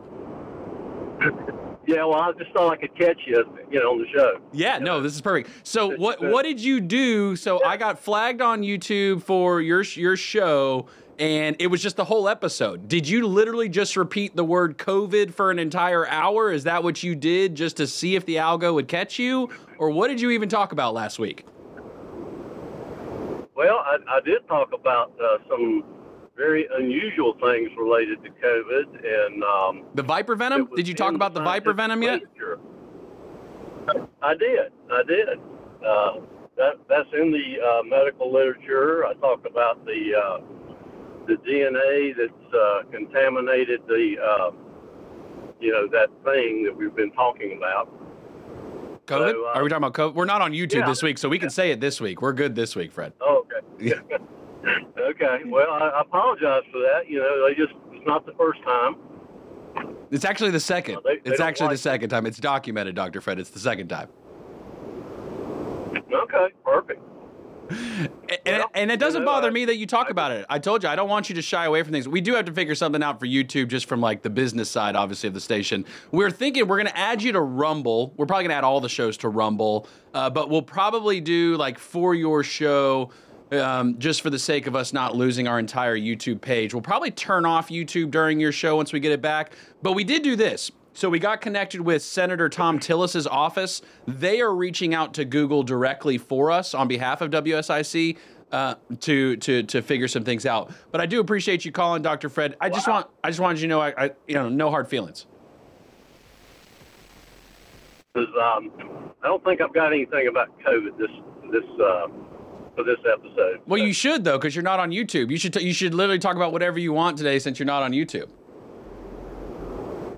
L: Yeah, well, I just thought I could catch you, you know, on the show.
C: Yeah, no, this is perfect. So what what did you do? So I got flagged on YouTube for your sh- your show, and it was just the whole episode. Did you literally just repeat the word COVID for an entire hour? Is that what you did just to see if the algo would catch you, or what did you even talk about last week?
L: Well, I, I did talk about uh, some very unusual things related to COVID, and um,
C: The viper venom? Did you talk about the viper venom yet?
L: I did, I did. Uh, that that's in the uh, medical literature. I talked about the uh, the DNA that's uh, contaminated the uh, you know that thing that we've been talking about.
C: COVID?
L: So, uh,
C: Are we talking about COVID? We're not on YouTube
L: yeah.
C: this week, so we can say it this week. We're good this week, Fred.
L: Oh, okay. okay. Well, I, I apologize for that. You know, they just it's not the first time.
C: It's actually the second.
L: they- they
C: it's
L: don't
C: actually
L: like
C: the second time. It's documented, Dr. Fred. It's the second time.
L: Okay, perfect.
C: And, and it doesn't bother me that you talk about it. I told you, I don't want you to shy away from things. We do have to figure something out for YouTube, just from like the business side, obviously, of the station. We're thinking we're going to add you to Rumble. We're probably going to add all the shows to Rumble, uh, but we'll probably do like for your show, um, just for the sake of us not losing our entire YouTube page. We'll probably turn off YouTube during your show once we get it back. But we did do this. So we got connected with Senator Tom Tillis's office. They are reaching out to Google directly for us on behalf of WSIC uh, to to to figure some things out. But I do appreciate you calling, Dr. Fred. I just want I just wanted you to know I, I you know no hard feelings.
L: 'Cause, um, I don't think I've got anything about COVID this this uh, for this episode.
C: Well, you should though, because you're not on YouTube. You should t- you should literally talk about whatever you want today since you're not on YouTube.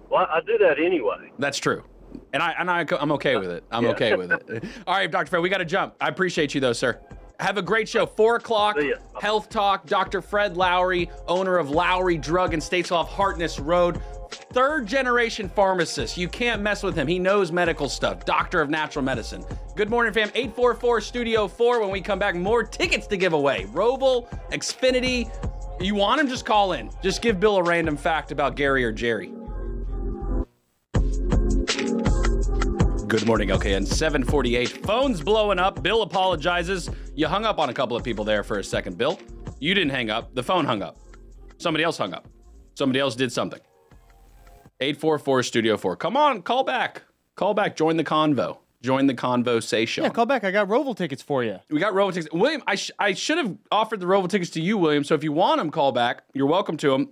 L: Well, I do that anyway.
C: That's true. And I and I I'm okay with it. I'm
L: Yeah.
C: okay with it. All right, Dr. Fred, we got to jump. I appreciate you though, sir. Have a great show. Four o'clock, Health Talk. Dr. Fred Lowry, owner of Lowry Drug and States off Hartness Road. Third generation pharmacist. You can't mess with him. He knows medical stuff. Doctor of natural medicine. Good morning, fam. 844 Studio 4. When we come back, more tickets to give away. Roval, Xfinity. You want him? Just call in. Just give Bill a random fact about Gary or Jerry. Good morning, OKN. 748. Phone's blowing up. Bill apologizes. You hung up on a couple of people there for a second, Bill. You didn't hang up. The phone hung up. Somebody else hung up. Somebody else did something. 844 Studio 4. Come on, call back. Call back. Join the convo. Join the convo. Say show.
H: Yeah, call back. I got Roval tickets for you.
C: We got Roval tickets. William, I, sh- I should have offered the Roval tickets to you, William. So if you want them, call back. You're welcome to them.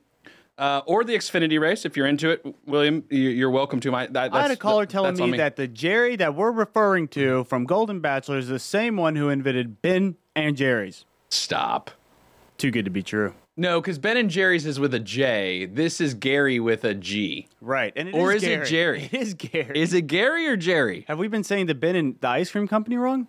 C: Uh, or the Xfinity race, if you're into it, William, you- you're welcome to my. That,
D: I had a
C: that's-
D: caller
C: that-
D: telling
C: that's on
D: me, that the Jerry that we're referring to from Golden Bachelor is the same one who invented Ben and Jerry's.
C: Stop.
D: Too good to be true.
C: No, because Ben and Jerry's is with a J. This is Gary with a G.
D: Right. And it
C: or is,
D: Gary.
C: it Jerry?
D: It is Gary.
C: Is it Gary or Jerry?
D: Have we been saying the Ben and the ice cream company wrong?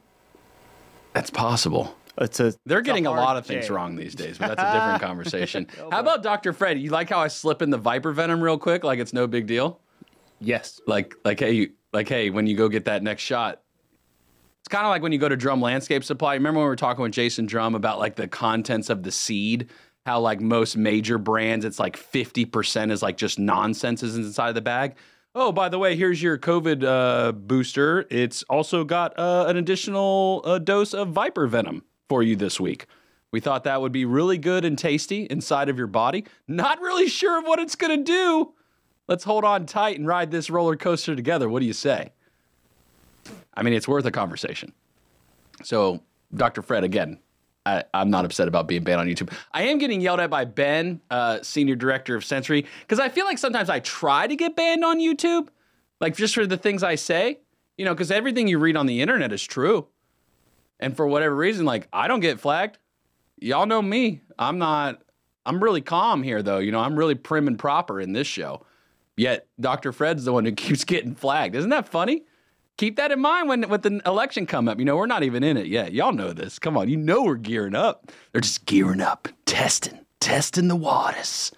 C: That's possible.
D: It's a.
C: They're getting a,
D: hard
C: lot of things
D: J.
C: wrong these days, but that's a different conversation. how about Dr. Fred? You like how I slip in the viper venom real quick, like it's no big deal?
D: Yes.
C: Like like hey, you, like hey, when you go get that next shot. It's kind of like when you go to Drum Landscape Supply. Remember when we were talking with Jason Drum about like the contents of the seed? How like most major brands, it's like 50% is like just nonsense is inside of the bag. Oh, by the way, here's your COVID uh, booster. It's also got uh, an additional uh, dose of viper venom for you this week. We thought that would be really good and tasty inside of your body. Not really sure of what it's going to do. Let's hold on tight and ride this roller coaster together. What do you say? I mean, it's worth a conversation. So, Dr. Fred, again, I, I'm not upset about being banned on YouTube. I am getting yelled at by Ben, uh, senior director of Sensory, because I feel like sometimes I try to get banned on YouTube, like just for the things I say, you know, because everything you read on the internet is true. And for whatever reason, like I don't get flagged. Y'all know me. I'm not, I'm really calm here though. You know, I'm really prim and proper in this show. Yet Dr. Fred's the one who keeps getting flagged. Isn't that funny? keep that in mind when with the election come up. You know, we're not even in it yet. Y'all know this. Come on, you know we're gearing up. They're just gearing up, testing, testing the waters.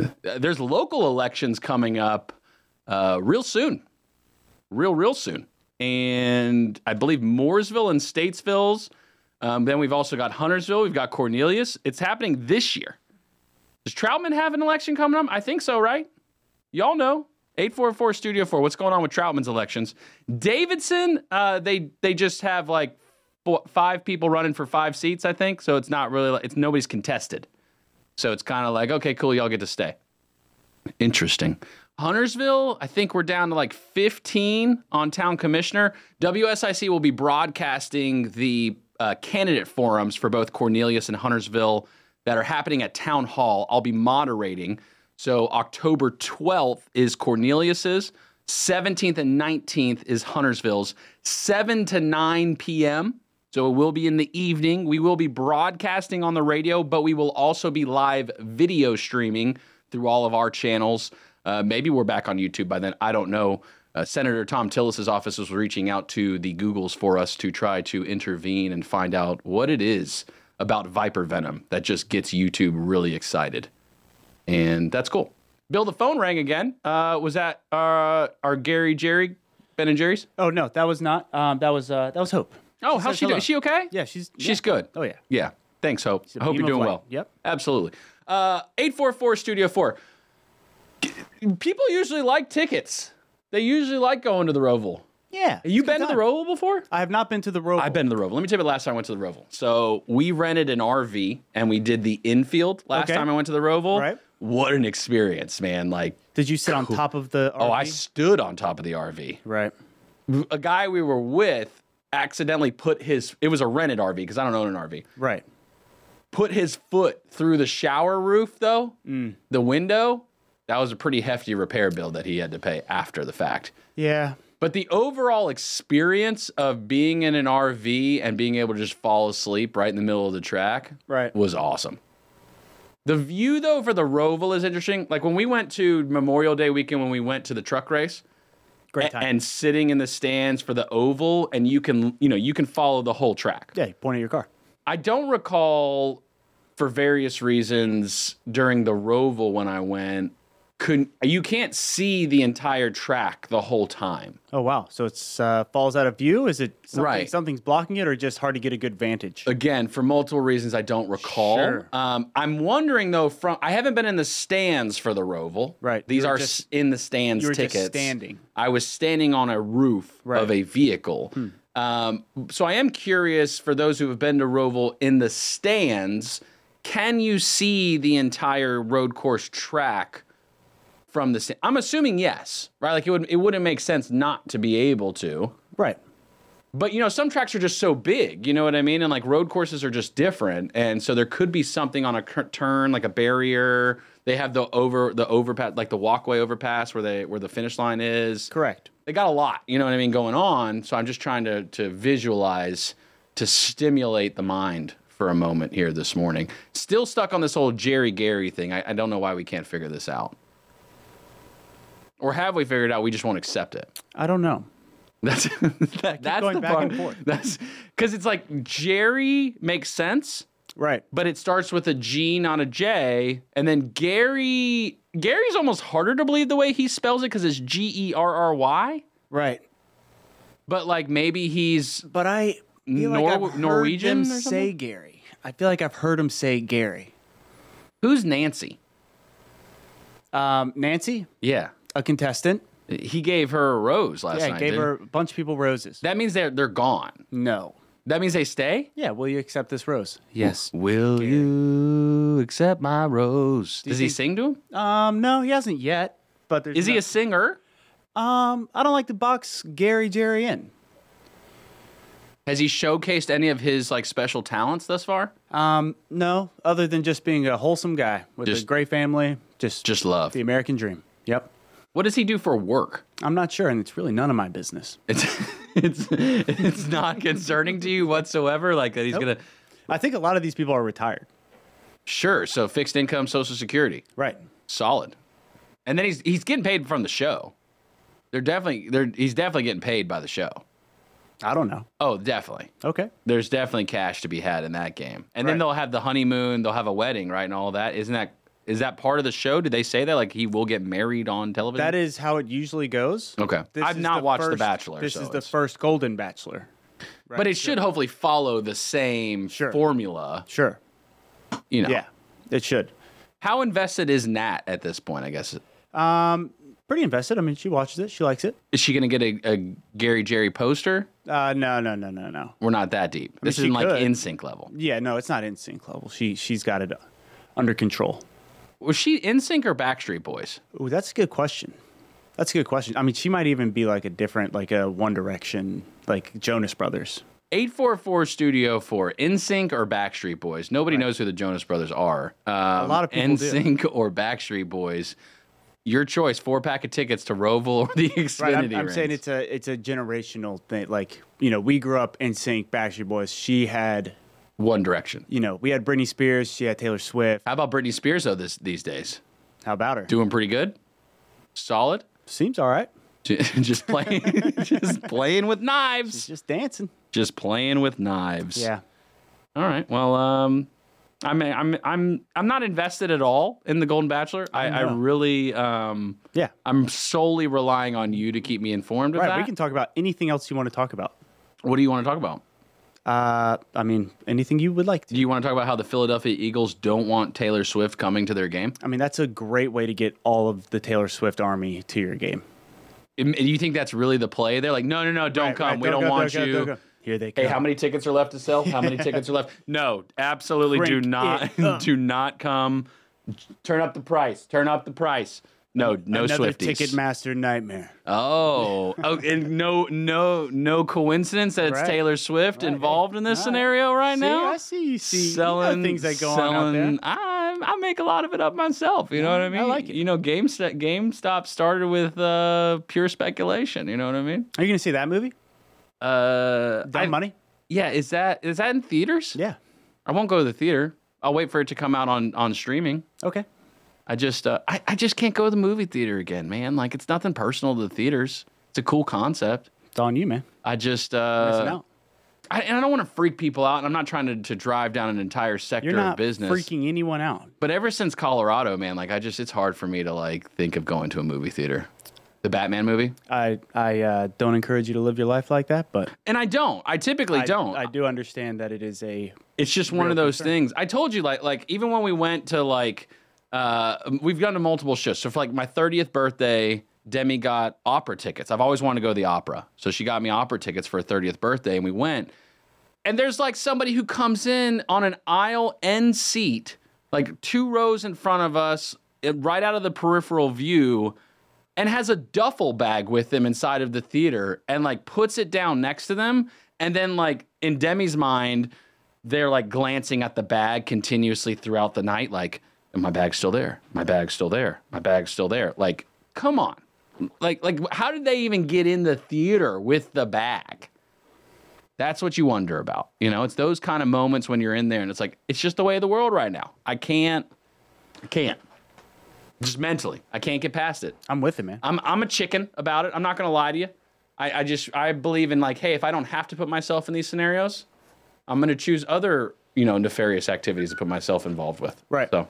C: Uh, There's local elections coming up uh, real soon, real real soon, and I believe Mooresville and Statesville's. Um, then we've also got Huntersville. We've got Cornelius. It's happening this year. Does Troutman have an election coming up? I think so, right? Y'all know. 844 Studio 4. What's going on with Troutman's elections? Davidson, uh, they they just have like four, five people running for five seats, I think. So it's not really like, it's nobody's contested. So it's kind of like, okay, cool, y'all get to stay. Interesting. Huntersville, I think we're down to like 15 on town commissioner. WSIC will be broadcasting the uh, candidate forums for both Cornelius and Huntersville that are happening at town hall. I'll be moderating. So October 12th is Cornelius's, 17th and 19th is Huntersville's, 7 to 9 p.m. So it will be in the evening. We will be broadcasting on the radio, but we will also be live video streaming through all of our channels. Uh, maybe we're back on YouTube by then. I don't know. Uh, Senator Tom Tillis's office was reaching out to the Googles for us to try to intervene and find out what it is about viper venom that just gets YouTube really excited and that's cool. Bill, the phone rang again. Uh, was that uh, our Gary Jerry Ben and Jerry's?
D: Oh no, that was not. Um, that was uh, that was Hope.
C: Oh, how's
D: says
C: she doing?
D: hello.
C: Is she okay?
D: Yeah, she's
C: She's
D: yeah.
C: good.
D: Oh yeah.
C: Yeah. Thanks, Hope.
D: a
C: I hope
D: beam
C: you're
D: of
C: doing
D: light.
C: well.
D: Yep.
C: Absolutely. Uh, 844 Studio 4. G- People usually like tickets. They usually like going to the Roval.
D: Yeah.
C: You been to the Roval before?
D: I have not been to the Roval.
C: I've been to the Roval. Let me tell you about the last time I went to the Roval. So we rented an RV and we did the infield last
D: Okay.
C: time I went to the Roval.
D: Right.
C: What an experience, man. Like
D: Did you sit on top of the? RV?
C: Oh, I stood on top of the RV.
D: right.
C: A guy we were with accidentally put his, it was a rented RV because I don't own an RV,
D: Right.
C: put his foot through the shower roof, though,
D: Mm.
C: the window. That was a pretty hefty repair bill that he had to pay after the fact.
D: Yeah.
C: But the overall experience of being in an RV and being able to just fall asleep right in the middle of the track
D: Right.
C: was awesome. The view though for the Roval is interesting. Like when we went to Memorial Day weekend when we went to the truck race,
D: Great
C: a-
D: time.
C: and sitting in the stands for the oval and you can you know you can follow the whole track.
D: yeah. You point at your car.
C: I don't recall for various reasons during the Roval when I went could you can't see the entire track the whole time.
D: Oh wow. So it's uh, falls out of view. Is it something,
C: Right.
D: Something's blocking it, or just hard to get a good vantage?
C: Again, for multiple reasons I don't recall.
D: Sure.
C: Um, I'm wondering though from I haven't been in the stands for the Roval.
D: Right.
C: These
D: You were
C: are
D: just-
C: s- in the stands
D: you were just
C: tickets.
D: standing.
C: I was standing on a roof
D: Right. Hmm.
C: of a vehicle. Um, so I am curious for those who have been to Roval in the stands, can you see the entire road course track from the stand? I'm assuming yes, right? Like it would it wouldn't make sense not to be able to.
D: Right.
C: But you know, some tracks are just so big, you know what I mean? And like road courses are just different. And so there could be something on a cur- turn, like a barrier. They have the over the overpass like the walkway overpass where they where the finish line is
D: Correct.
C: they got a lot, you know what I mean, going on. So I'm just trying to to visualize to stimulate the mind for a moment here this morning. Still stuck on this whole Jerry Gary thing. I, I don't know why we can't figure this out. Or have we figured out we just won't accept it?
D: I don't know.
C: That's that, that's
D: going
C: the
D: back
C: part.
D: and forth.
C: That's because it's like Jerry makes sense,
D: Right.
C: but it starts with a G, not a J, and then Gary. Gary's almost harder to believe the way he spells it because it's G E R R Y.
D: Right.
C: But like maybe he's
D: But I feel like
C: Nor-
D: I've heard
C: Norwegian
D: them
C: or something?
D: say Gary. I feel like I've heard him say Gary.
C: who's Nancy?
D: Um, Nancy,
C: Yeah,
D: a contestant.
C: he gave her a rose last
D: yeah,
C: night.
D: gave
C: didn't
D: her a bunch of people roses.
C: That means they're they're gone.
D: no.
C: That means they stay.
D: Yeah, will you accept this rose?
C: Will you accept my rose?
D: you
C: Does he
D: think-
C: sing to him?
D: Um, no, he hasn't yet. But there's
C: Is he
D: no-
C: a singer?
D: Um, I don't like to box Gary Jerry in.
C: Has he showcased any of his like special talents thus far?
D: Um, no, other than just being a wholesome guy with a
C: Just-
D: great family, just
C: just love
D: the American dream. Yep.
C: What does he do for work?
D: I'm not sure, and it's really none of my business.
C: It's it's not concerning to you whatsoever. Like that he's gonna.
D: I think a lot of these people are retired.
C: Sure. So fixed income, Social Security.
D: Right.
C: Solid. And then he's he's getting paid from the show. They're definitely they're he's definitely getting paid by the show.
D: I don't know.
C: Oh, definitely.
D: Okay.
C: There's definitely cash to be had in that game. And then they'll have the honeymoon, they'll have a wedding, right, and all that. Isn't that is that part of the show? Did they say that like he will get married on television?
D: That is how it usually goes.
C: Okay.
D: This
C: I've
D: is
C: not watched The
D: first-
C: Bachelor,
D: This
C: so
D: is the first Golden Bachelor.
C: but it should hopefully follow the same formula.
D: Sure.
C: You know.
D: Yeah, it should.
C: How invested is Nat at this point? I guess
D: Um, pretty invested. I mean, she watches it. She likes it.
C: is she going to get a, a Gary Jerry poster?
D: Uh, no, no, no, no, no.
C: We're not that deep. this
D: she
C: isn't like
D: could.
C: in sync level.
D: Yeah, no, it's not in sync level. She she's got it uh, under control.
C: Was she in sync or Backstreet Boys?
D: Ooh, that's a good question. That's a good question. I mean, she might even be like a different, like a One Direction, like Jonas Brothers.
C: 844 Studio 4, NSYNC or Backstreet Boys? Nobody knows who the Jonas Brothers are. Um, a
D: lot of people do.
C: NSYNC or Backstreet Boys. Your choice, four pack of tickets to Roval or the Xfinity
D: Right, I'm, I'm
C: rings.
D: saying it's a it's a generational thing. Like you know, we grew up in sync, Backstreet Boys. She had,
C: One Direction.
D: you know, we had Britney Spears. She had Taylor Swift.
C: How about Britney Spears, though, this, these days?
D: How about her?
C: Doing pretty good? Solid?
D: Seems all right.
C: Just playing, just playing with knives.
D: She's just dancing.
C: just playing with knives.
D: Yeah.
C: All right. Well, um, I'm I'm I'm I'm not invested at all in the Golden Bachelor. I, I
D: No.
C: really um
D: Yeah.
C: I'm solely relying on you to keep me informed of
D: Right.
C: that.
D: We can talk about anything else you want to talk about.
C: what do you want to talk about?
D: Uh, I mean, anything you would like to.
C: Do you want to talk about how the Philadelphia Eagles don't want Taylor Swift coming to their game?
D: I mean, that's a great way to get all of the Taylor Swift army to your game.
C: Im- Do you think that's really the play? They're like, no, no, no, don't come.
D: right,
C: we
D: don't go,
C: don't, want
D: don't go,
C: you.
D: don't go. Here they
C: Hey,
D: come.
C: how many tickets are left to sell? How many tickets are left? No, absolutely do
D: Crank
C: not
D: it up.
C: do not come. Turn up the price. Turn up the price. No, no
D: Another
C: Swifties.
D: Ticketmaster nightmare.
C: Oh, oh, and no, no, no coincidence that it's
D: Right.
C: Taylor Swift involved in this scenario right
D: See,
C: now.
D: I see you see you know
C: selling
D: things that go
C: selling,
D: on out there.
C: I, I make a lot of it up myself. You know what I mean? I like it. You know, GameStop, GameStop started with uh, pure speculation. You know what I mean?
D: Are you gonna see that movie?
C: Uh,
D: Dumb
C: I-
D: Money.
C: Yeah, is that is that in theaters?
D: Yeah.
C: I won't go to the theater. I'll wait for it to come out on on streaming.
D: Okay.
C: I just uh, I, I just can't go to the movie theater again, man. Like it's nothing personal to the theaters. It's a cool concept.
D: It's on you, man.
C: I just
D: Missing
C: uh,
D: out.
C: I, and I don't want to freak people out, and I'm not trying to, to drive down an entire sector
D: You're not
C: of business.
D: freaking anyone out.
C: But ever since Colorado, man, like I just it's hard for me to like think of going to a movie theater. The Batman movie,
D: I I uh, don't encourage you to live your life like that, but
C: and I don't. I typically don't.
D: I do understand that it is a
C: It's just one
D: real
C: of those
D: concern.
C: things. I told you, like, like even when we went to like, uh, we've gone to multiple shows. So for like my thirtieth birthday, Demi got opera tickets. I've always wanted to go to the opera, so she got me opera tickets for her thirtieth birthday, and we went. And there's like somebody who comes in on an aisle end seat, like two rows in front of us, eh, right out of the peripheral view, and has a duffel bag with them inside of the theater, and like puts it down next to them, and then like in Demi's mind they're like glancing at the bag continuously throughout the night, like, my bag's still there. My bag's still there. My bag's still there. Like, come on. Like, like, how did they even get in the theater with the bag? That's what you wonder about. You know, it's those kind of moments when you're in there and it's like, it's just the way of the world right now. I can't, I can't. Just mentally, I can't get past it.
D: I'm with it, man.
C: I'm I'm a chicken about it. I'm not gonna lie to you. I, I just I believe in like, hey, if I don't have to put myself in these scenarios, I'm gonna choose other, you know, nefarious activities to put myself involved with.
D: Right.
C: So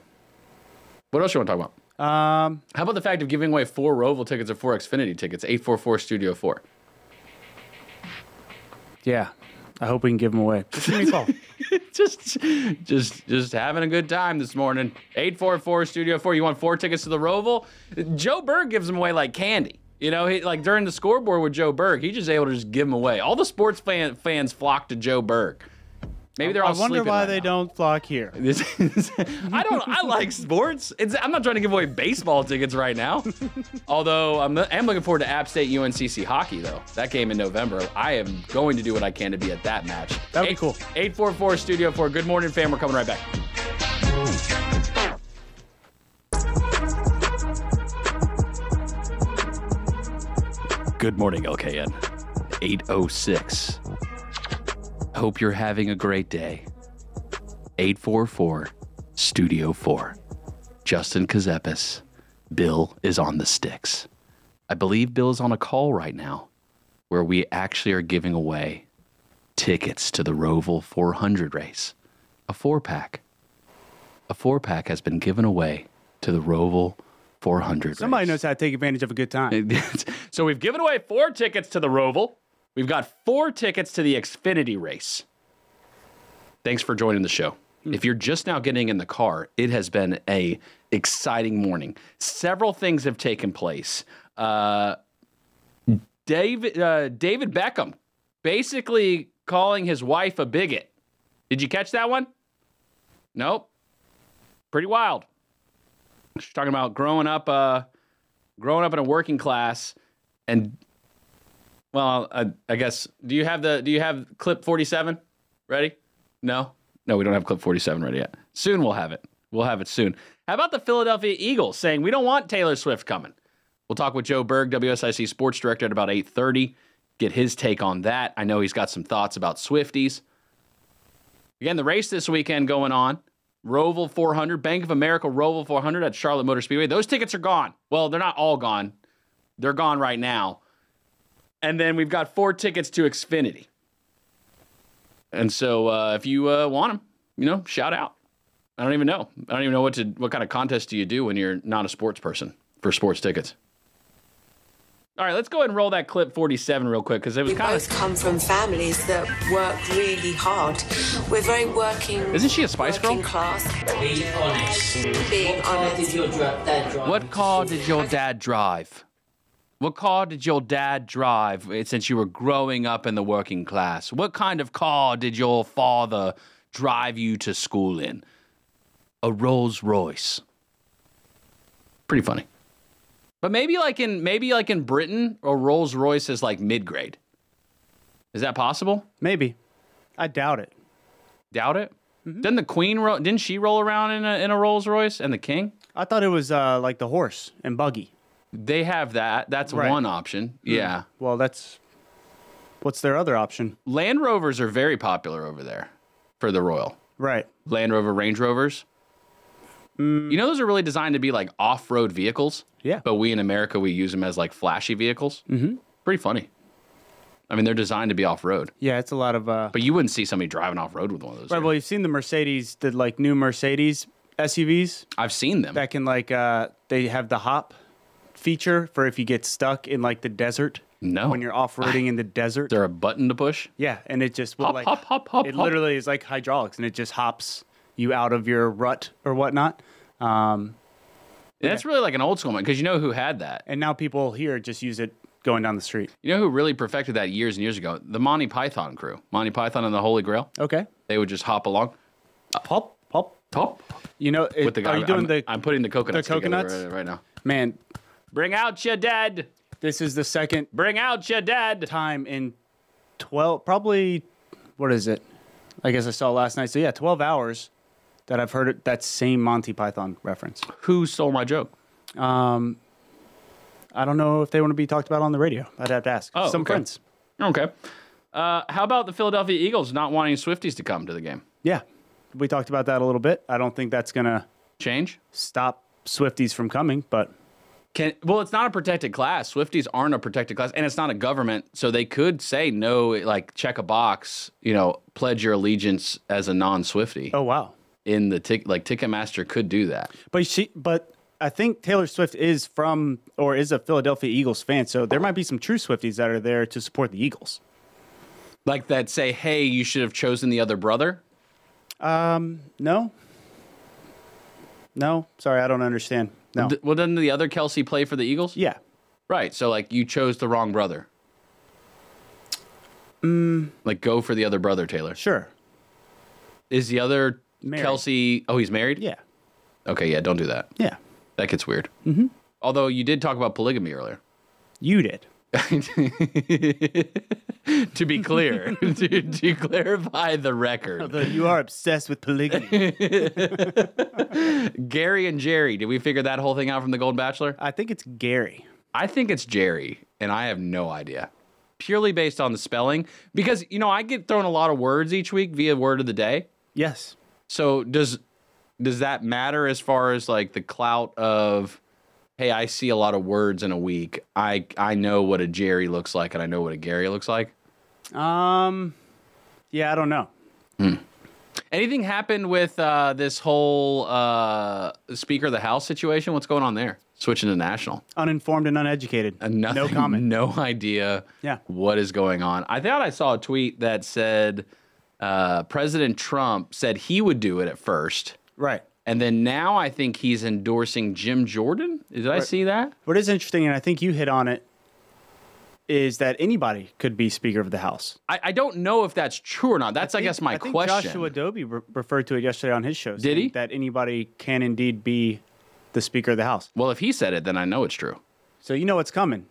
C: what else you wanna talk about?
D: Um,
C: How about the fact of giving away four Roval tickets or four Xfinity tickets, eight four four Studio Four?
D: yeah. I hope we can give them away. Just give me a call.
C: just just just having a good time this morning. 844 Studio 4. You want four tickets to the Roval? Joe Berg gives them away like candy. You know, he, like during the scoreboard with Joe Berg, he just able to just give them away. All the sports fan, fans flock to Joe Berg. Maybe they're
D: I
C: all
D: wonder
C: sleeping
D: why
C: right
D: they don't flock here.
C: This is, I don't. I like sports. It's, I'm not trying to give away baseball tickets right now. Although I'm, I'm looking forward to App State UNCC hockey though. That game in November. I am going to do what I can to be at that match. That'd be cool. Eight four four Studio Four. Good morning, fam. We're coming right back. Good morning, LKN. 806. Hope you're having a great day. 844 Studio 4. Justin Kazepis. Bill is on the sticks. I believe Bill is on a call right now where we actually are giving away tickets to the Roval 400 race. A four pack. A four pack has been given away to the Roval 400
D: Somebody knows how to take advantage of a good time.
C: so we've given away four tickets to the Roval. We've got four tickets to the Xfinity race. Thanks for joining the show. If you're just now getting in the car, it has been a exciting morning. Several things have taken place. Uh, David uh, David Beckham basically calling his wife a bigot. Did you catch that one? Nope. Pretty wild. She's talking about growing up, uh, growing up in a working class, and well, I, I guess do you have the do you have clip forty seven ready? No, no, we don't have clip forty seven ready yet. Soon we'll have it. We'll have it soon. How about the Philadelphia Eagles saying we don't want Taylor Swift coming? We'll talk with Joe Berg, WSIC sports director, at about eight thirty. Get his take on that. I know he's got some thoughts about Swifties. Again, the race this weekend going on. Roval 400, Bank of America Roval 400 at Charlotte Motor Speedway. Those tickets are gone. Well, they're not all gone. They're gone right now. And then we've got four tickets to Xfinity. And so uh, if you uh, want them, you know, shout out. I don't even know. I don't even know what to what kind of contest do you do when you're not a sports person for sports tickets. All right, let's go ahead and roll that clip 47 real quick because it was
J: We
C: kind
J: both
C: of.
J: come from families that work really hard. We're very working.
C: Isn't she a Spice Girl?
J: working class.
M: Be honest.
J: Being honest.
M: Did your dra- dad drive?
C: What car did your dad drive? What car did your dad drive eh, since you were growing up in the working class? What kind of car did your father drive you to school in? A Rolls Royce. Pretty funny. But maybe like in maybe like in Britain, a Rolls Royce is like mid grade. Is that possible?
D: Maybe. I doubt it.
C: Doubt it. Didn't the Queen ro- didn't she roll around in a in a Rolls Royce and the King?
D: I thought it was uh, like the horse and buggy.
C: They have that. That's
D: Right.
C: one option. Yeah.
D: Well, that's what's their other option?
C: Land Rovers are very popular over there for the Royal.
D: Right.
C: Land Rover Range Rovers. You know, those are really designed to be like off road vehicles.
D: Mm. Yeah.
C: But we in America, we use them as like flashy vehicles. Mm-hmm. Pretty funny. I mean, they're designed to be off road,
D: Yeah, it's a lot of. Uh,
C: but you wouldn't see somebody driving off road with one of those.
D: right. Well, you've seen the Mercedes, the like new Mercedes SUVs
C: I've seen them.
D: that can like uh, they have the hop feature for if you get stuck in like the desert.
C: No.
D: When you're off roading in the desert.
C: They're a button to push.
D: Yeah, and it just will
C: Hop,
D: like
C: hop, hop, hop,
D: It
C: hop.
D: literally is like hydraulics, and it just hops you out of your rut or whatnot. Um,
C: And That's really like an old school one because you know who had that?
D: and now people here just use it going down the street.
C: You know who really perfected that years and years ago? The Monty Python crew. Monty Python and the Holy Grail.
D: Okay.
C: They would just hop along.
D: Pop, pop,
C: Top.
D: You know, it,
C: Uh, With the guy.
D: are you doing
C: I'm,
D: the
C: I'm putting the coconuts, together
D: coconuts?
C: right, right now.
D: man?
C: Bring out your dead.
D: This is the second
C: Bring out your dead.
D: time in twelve, probably. What is it? I guess I saw last night. So yeah, twelve hours that I've heard it, that same Monty Python reference.
C: Who stole my joke?
D: Um, I don't know if they want to be talked about on the radio. I'd have to ask
C: Oh,
D: some
C: okay.
D: friends.
C: Okay. Uh, how about the Philadelphia Eagles not wanting Swifties to come to the game?
D: Yeah, we talked about that a little bit. I don't think that's gonna
C: Change?
D: stop Swifties from coming, but
C: Can well, it's not a protected class. Swifties aren't a protected class, and it's not a government, so they could say no, like check a box, you know, pledge your allegiance as a non-Swifty.
D: oh wow.
C: In the tick, like Ticketmaster could do that.
D: But she, but I think Taylor Swift is from or is a Philadelphia Eagles fan, so there might be some true Swifties that are there to support the Eagles.
C: Like that, say, hey, you should have chosen the other brother.
D: Um, no, no, sorry, I don't understand. No,
C: Th- well, doesn't the other Kelsey play for the Eagles?
D: yeah,
C: Right. So like you chose the wrong brother. Mm. Like go for the other brother, Taylor.
D: sure.
C: Is the other Kelsey? Oh, he's married.
D: Yeah.
C: Okay. Yeah. Don't do that.
D: Yeah.
C: That gets weird.
D: Mm-hmm.
C: Although you did talk about polygamy earlier.
D: You did.
C: to be clear, to, to clarify the record,
D: Although you are obsessed with polygamy.
C: Gary and Jerry, did we figure that whole thing out from The Gold Bachelor?
D: I think it's Gary.
C: I think it's Jerry, and I have no idea. Purely based on the spelling, because, you know, I get thrown a lot of words each week via word of the day.
D: Yes.
C: So does does that matter as far as like the clout of hey, I see a lot of words in a week. I I know what a Jerry looks like and I know what a Gary looks like.
D: Um, yeah, I don't know.
C: Anything happened with uh, this whole uh, Speaker of the House situation? What's going on there? Switching to national.
D: Uninformed and uneducated.
C: Nothing,
D: No comment.
C: No idea
D: Yeah.
C: what is going on. I thought I saw a tweet that said uh, President Trump said he would do it at first.
D: Right.
C: And then now I think he's endorsing Jim Jordan. Did I
D: Right.
C: see that?
D: What is interesting, and I think you hit on it, is that anybody could be Speaker of the House.
C: I, I don't know if that's true or not. That's, I,
D: think-
C: guess, my
D: I think
C: question.
D: Joshua Adobe re- referred to it yesterday on his show.
C: Did
D: saying
C: he?
D: That anybody can indeed be the Speaker of the House.
C: Well, if he said it, then I know it's true.
D: So you know what's coming.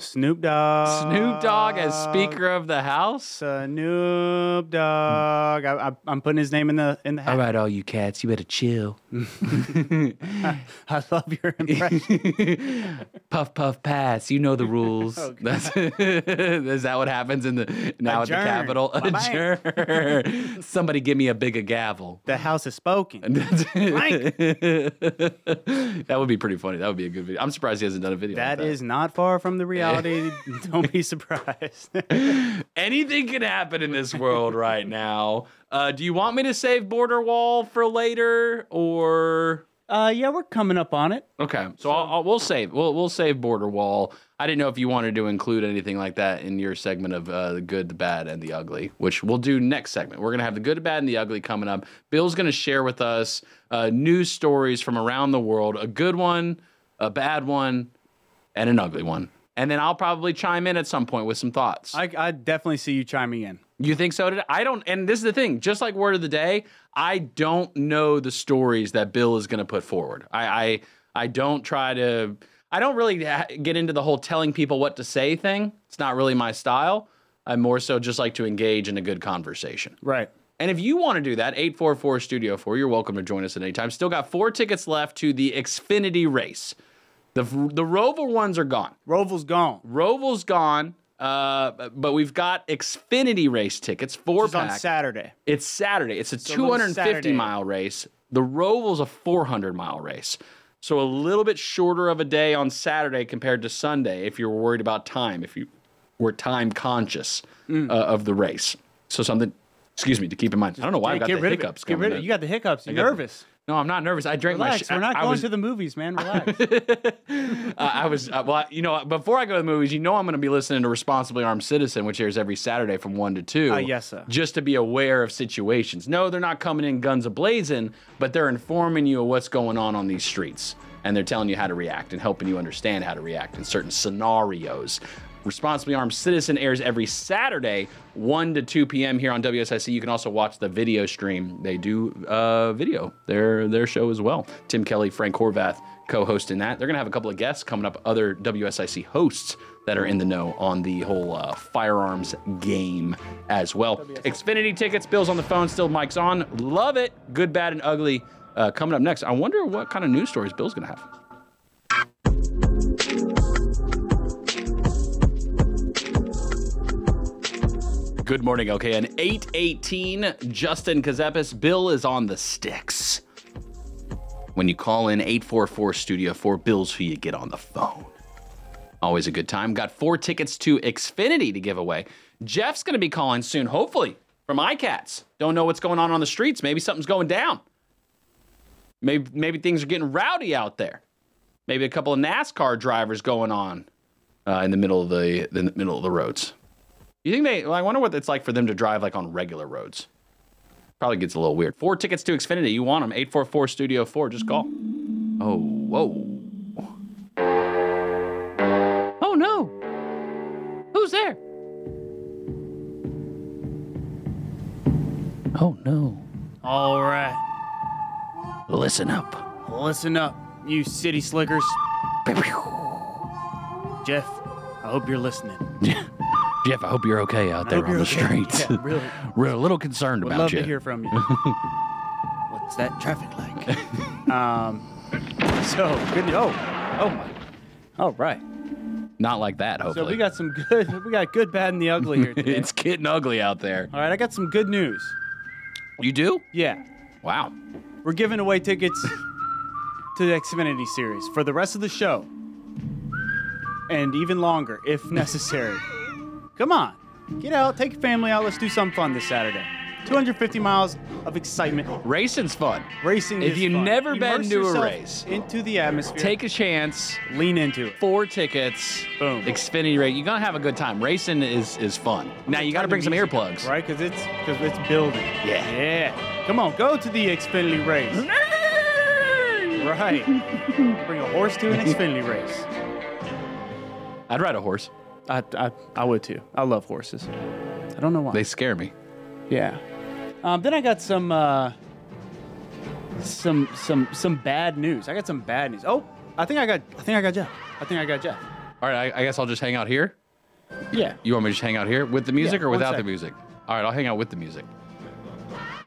D: Snoop Dogg.
C: Snoop Dogg as
D: Uh,
C: Speaker of the House.
D: Snoop Dogg. I, I, I'm putting his name in the in the hat.
C: all you cats, you better chill.
D: I love your impression.
C: Puff, puff, pass. You know the rules. That's, is that what happens in the now
D: Adjourn.
C: at the Capitol?
D: Bye-bye.
C: Adjourn. Somebody give me a bigger gavel.
D: the House has spoken. Frank.
C: that would be pretty funny. That would be a good video. I'm surprised he hasn't done a video. like
D: That is not far from the reality. Don't be surprised.
C: Anything can happen in this world right now. Uh, do you want me to save border wall for later, or
D: uh, yeah, we're coming up on it.
C: okay? So, I'll, I'll, we'll save we'll we'll save border wall. I didn't know if you wanted to include anything like that in your segment of uh, the good, the bad, and the ugly, which we'll do next segment. We're gonna have the good, the bad, and the ugly coming up. Bill's gonna share with us uh, news stories from around the world: a good one, a bad one, and an ugly one. And then I'll probably chime in at some point with some thoughts.
D: I, I definitely see you chiming in.
C: You think so? Did I don't. And this is the thing. Just like word of the day, I don't know the stories that Bill is going to put forward. I, I I don't try to. I don't really ha- get into the whole telling people what to say thing. It's not really my style. I more so just like to engage in a good conversation.
D: Right.
C: And if you want to do that, 844 Studio 4, you're welcome to join us at any time. Still got four tickets left to the Xfinity race. The, the Roval ones are gone.
D: Roval's gone.
C: Roval's gone, uh, but we've got Xfinity race tickets, four
D: It's on
C: pack.
D: Saturday.
C: It's Saturday. It's a
D: a little
C: 250
D: Saturday.
C: mile race. The Roval's a 400 mile race. So a little bit shorter of a day on Saturday compared to Sunday if you're worried about time, if you were time conscious
D: Mm.
C: uh, of the race. So something, excuse me, to keep in mind. I don't know why I've
D: Hey,
C: got
D: get
C: the
D: rid
C: hiccups
D: of it. Get
C: going
D: rid of
C: in.
D: it. You got the hiccups. You're
C: got the-
D: nervous.
C: no, I'm not nervous. I drank my
D: Relax.
C: shit.
D: We're not
C: I,
D: going
C: was,
D: to the movies, man. Relax.
C: uh, I was uh, well, I- you know, before I go to the movies, you know, I'm going to be listening to Responsibly Armed Citizen, which airs every Saturday from one to two.
D: Ah, yes, sir.
C: Just to be aware of situations. No, they're not coming in guns a blazing, but they're informing you of what's going on on these streets, and they're telling you how to react and helping you understand how to react in certain scenarios. Responsibly Armed Citizen airs every Saturday, 1 to 2 p.m. here on WSIC. You can also watch the video stream. They do uh, video, their, their show as well. Tim Kelly, Frank Horvath co hosting that. They're going to have a couple of guests coming up, other WSIC hosts that are in the know on the whole uh, firearms game as well. Xfinity tickets, Bill's on the phone, still Mike's on. Love it. Good, bad, and ugly. Uh, coming up next, I wonder what kind of news stories Bill's going to have. Good morning, okay. An 818, Justin Kazepis. Bill is on the sticks. When you call in 844 Studio 4, Bill's who you get on the phone. Always a good time. Got four tickets to Xfinity to give away. Jeff's going to be calling soon, hopefully, from iCats. Don't know what's going on on the streets. Maybe something's going down. Maybe, maybe things are getting rowdy out there. Maybe a couple of NASCAR drivers going on uh, in the middle of the in the middle of the roads. You think they? Well, I wonder what it's like for them to drive like on regular roads. Probably gets a little weird. Four tickets to Xfinity. You want them? Eight four four Studio Four. Just call. Oh whoa. Oh no. Who's there? Oh no.
D: Listen up. Listen up, you city slickers. Jeff, I hope you're listening.
C: Jeff, I hope you're okay out
D: I
C: there
D: hope
C: on the
D: you're okay.
C: streets.
D: Yeah, really.
C: We're a little concerned
D: Would
C: about
D: love
C: you.
D: to hear from you. What's that traffic like? um, so good. Oh, oh my. All right.
C: Not like that, hopefully.
D: So we got some good. We got good, bad, and the ugly here today.
C: it's getting ugly out there.
D: All right, I got some good news.
C: You do?
D: Yeah.
C: Wow.
D: We're giving away tickets to the Xfinity series for the rest of the show, and even longer if necessary. Come on, get out, take your family out. Let's do something fun this Saturday. 250 miles of excitement.
C: Racing's fun.
D: Racing.
C: If
D: is
C: you've
D: fun.
C: never been
D: Immerse
C: to a
D: yourself
C: race,
D: into the atmosphere.
C: Take a chance.
D: Lean into it.
C: Four tickets.
D: Boom.
C: Xfinity rate. You're gonna have a good time. Racing is is fun. Now you got to bring some earplugs.
D: right? Because it's because it's building.
C: Yeah.
D: Yeah. Come on, go to the Xfinity race. right. Bring a horse to an Xfinity race.
C: I'd ride a horse.
D: I, I, I would too. I love horses. I don't know why.
C: They scare me.
D: Yeah. Um, then I got some uh, some some some bad news. I got some bad news. Oh, I think I got I think I got Jeff. I think I got Jeff.
C: All right. I, I guess I'll just hang out here.
D: Yeah.
C: You want me to just hang out here with the music
D: Yeah,
C: or
D: one
C: without the
D: second.
C: music? All right. I'll hang out with the music.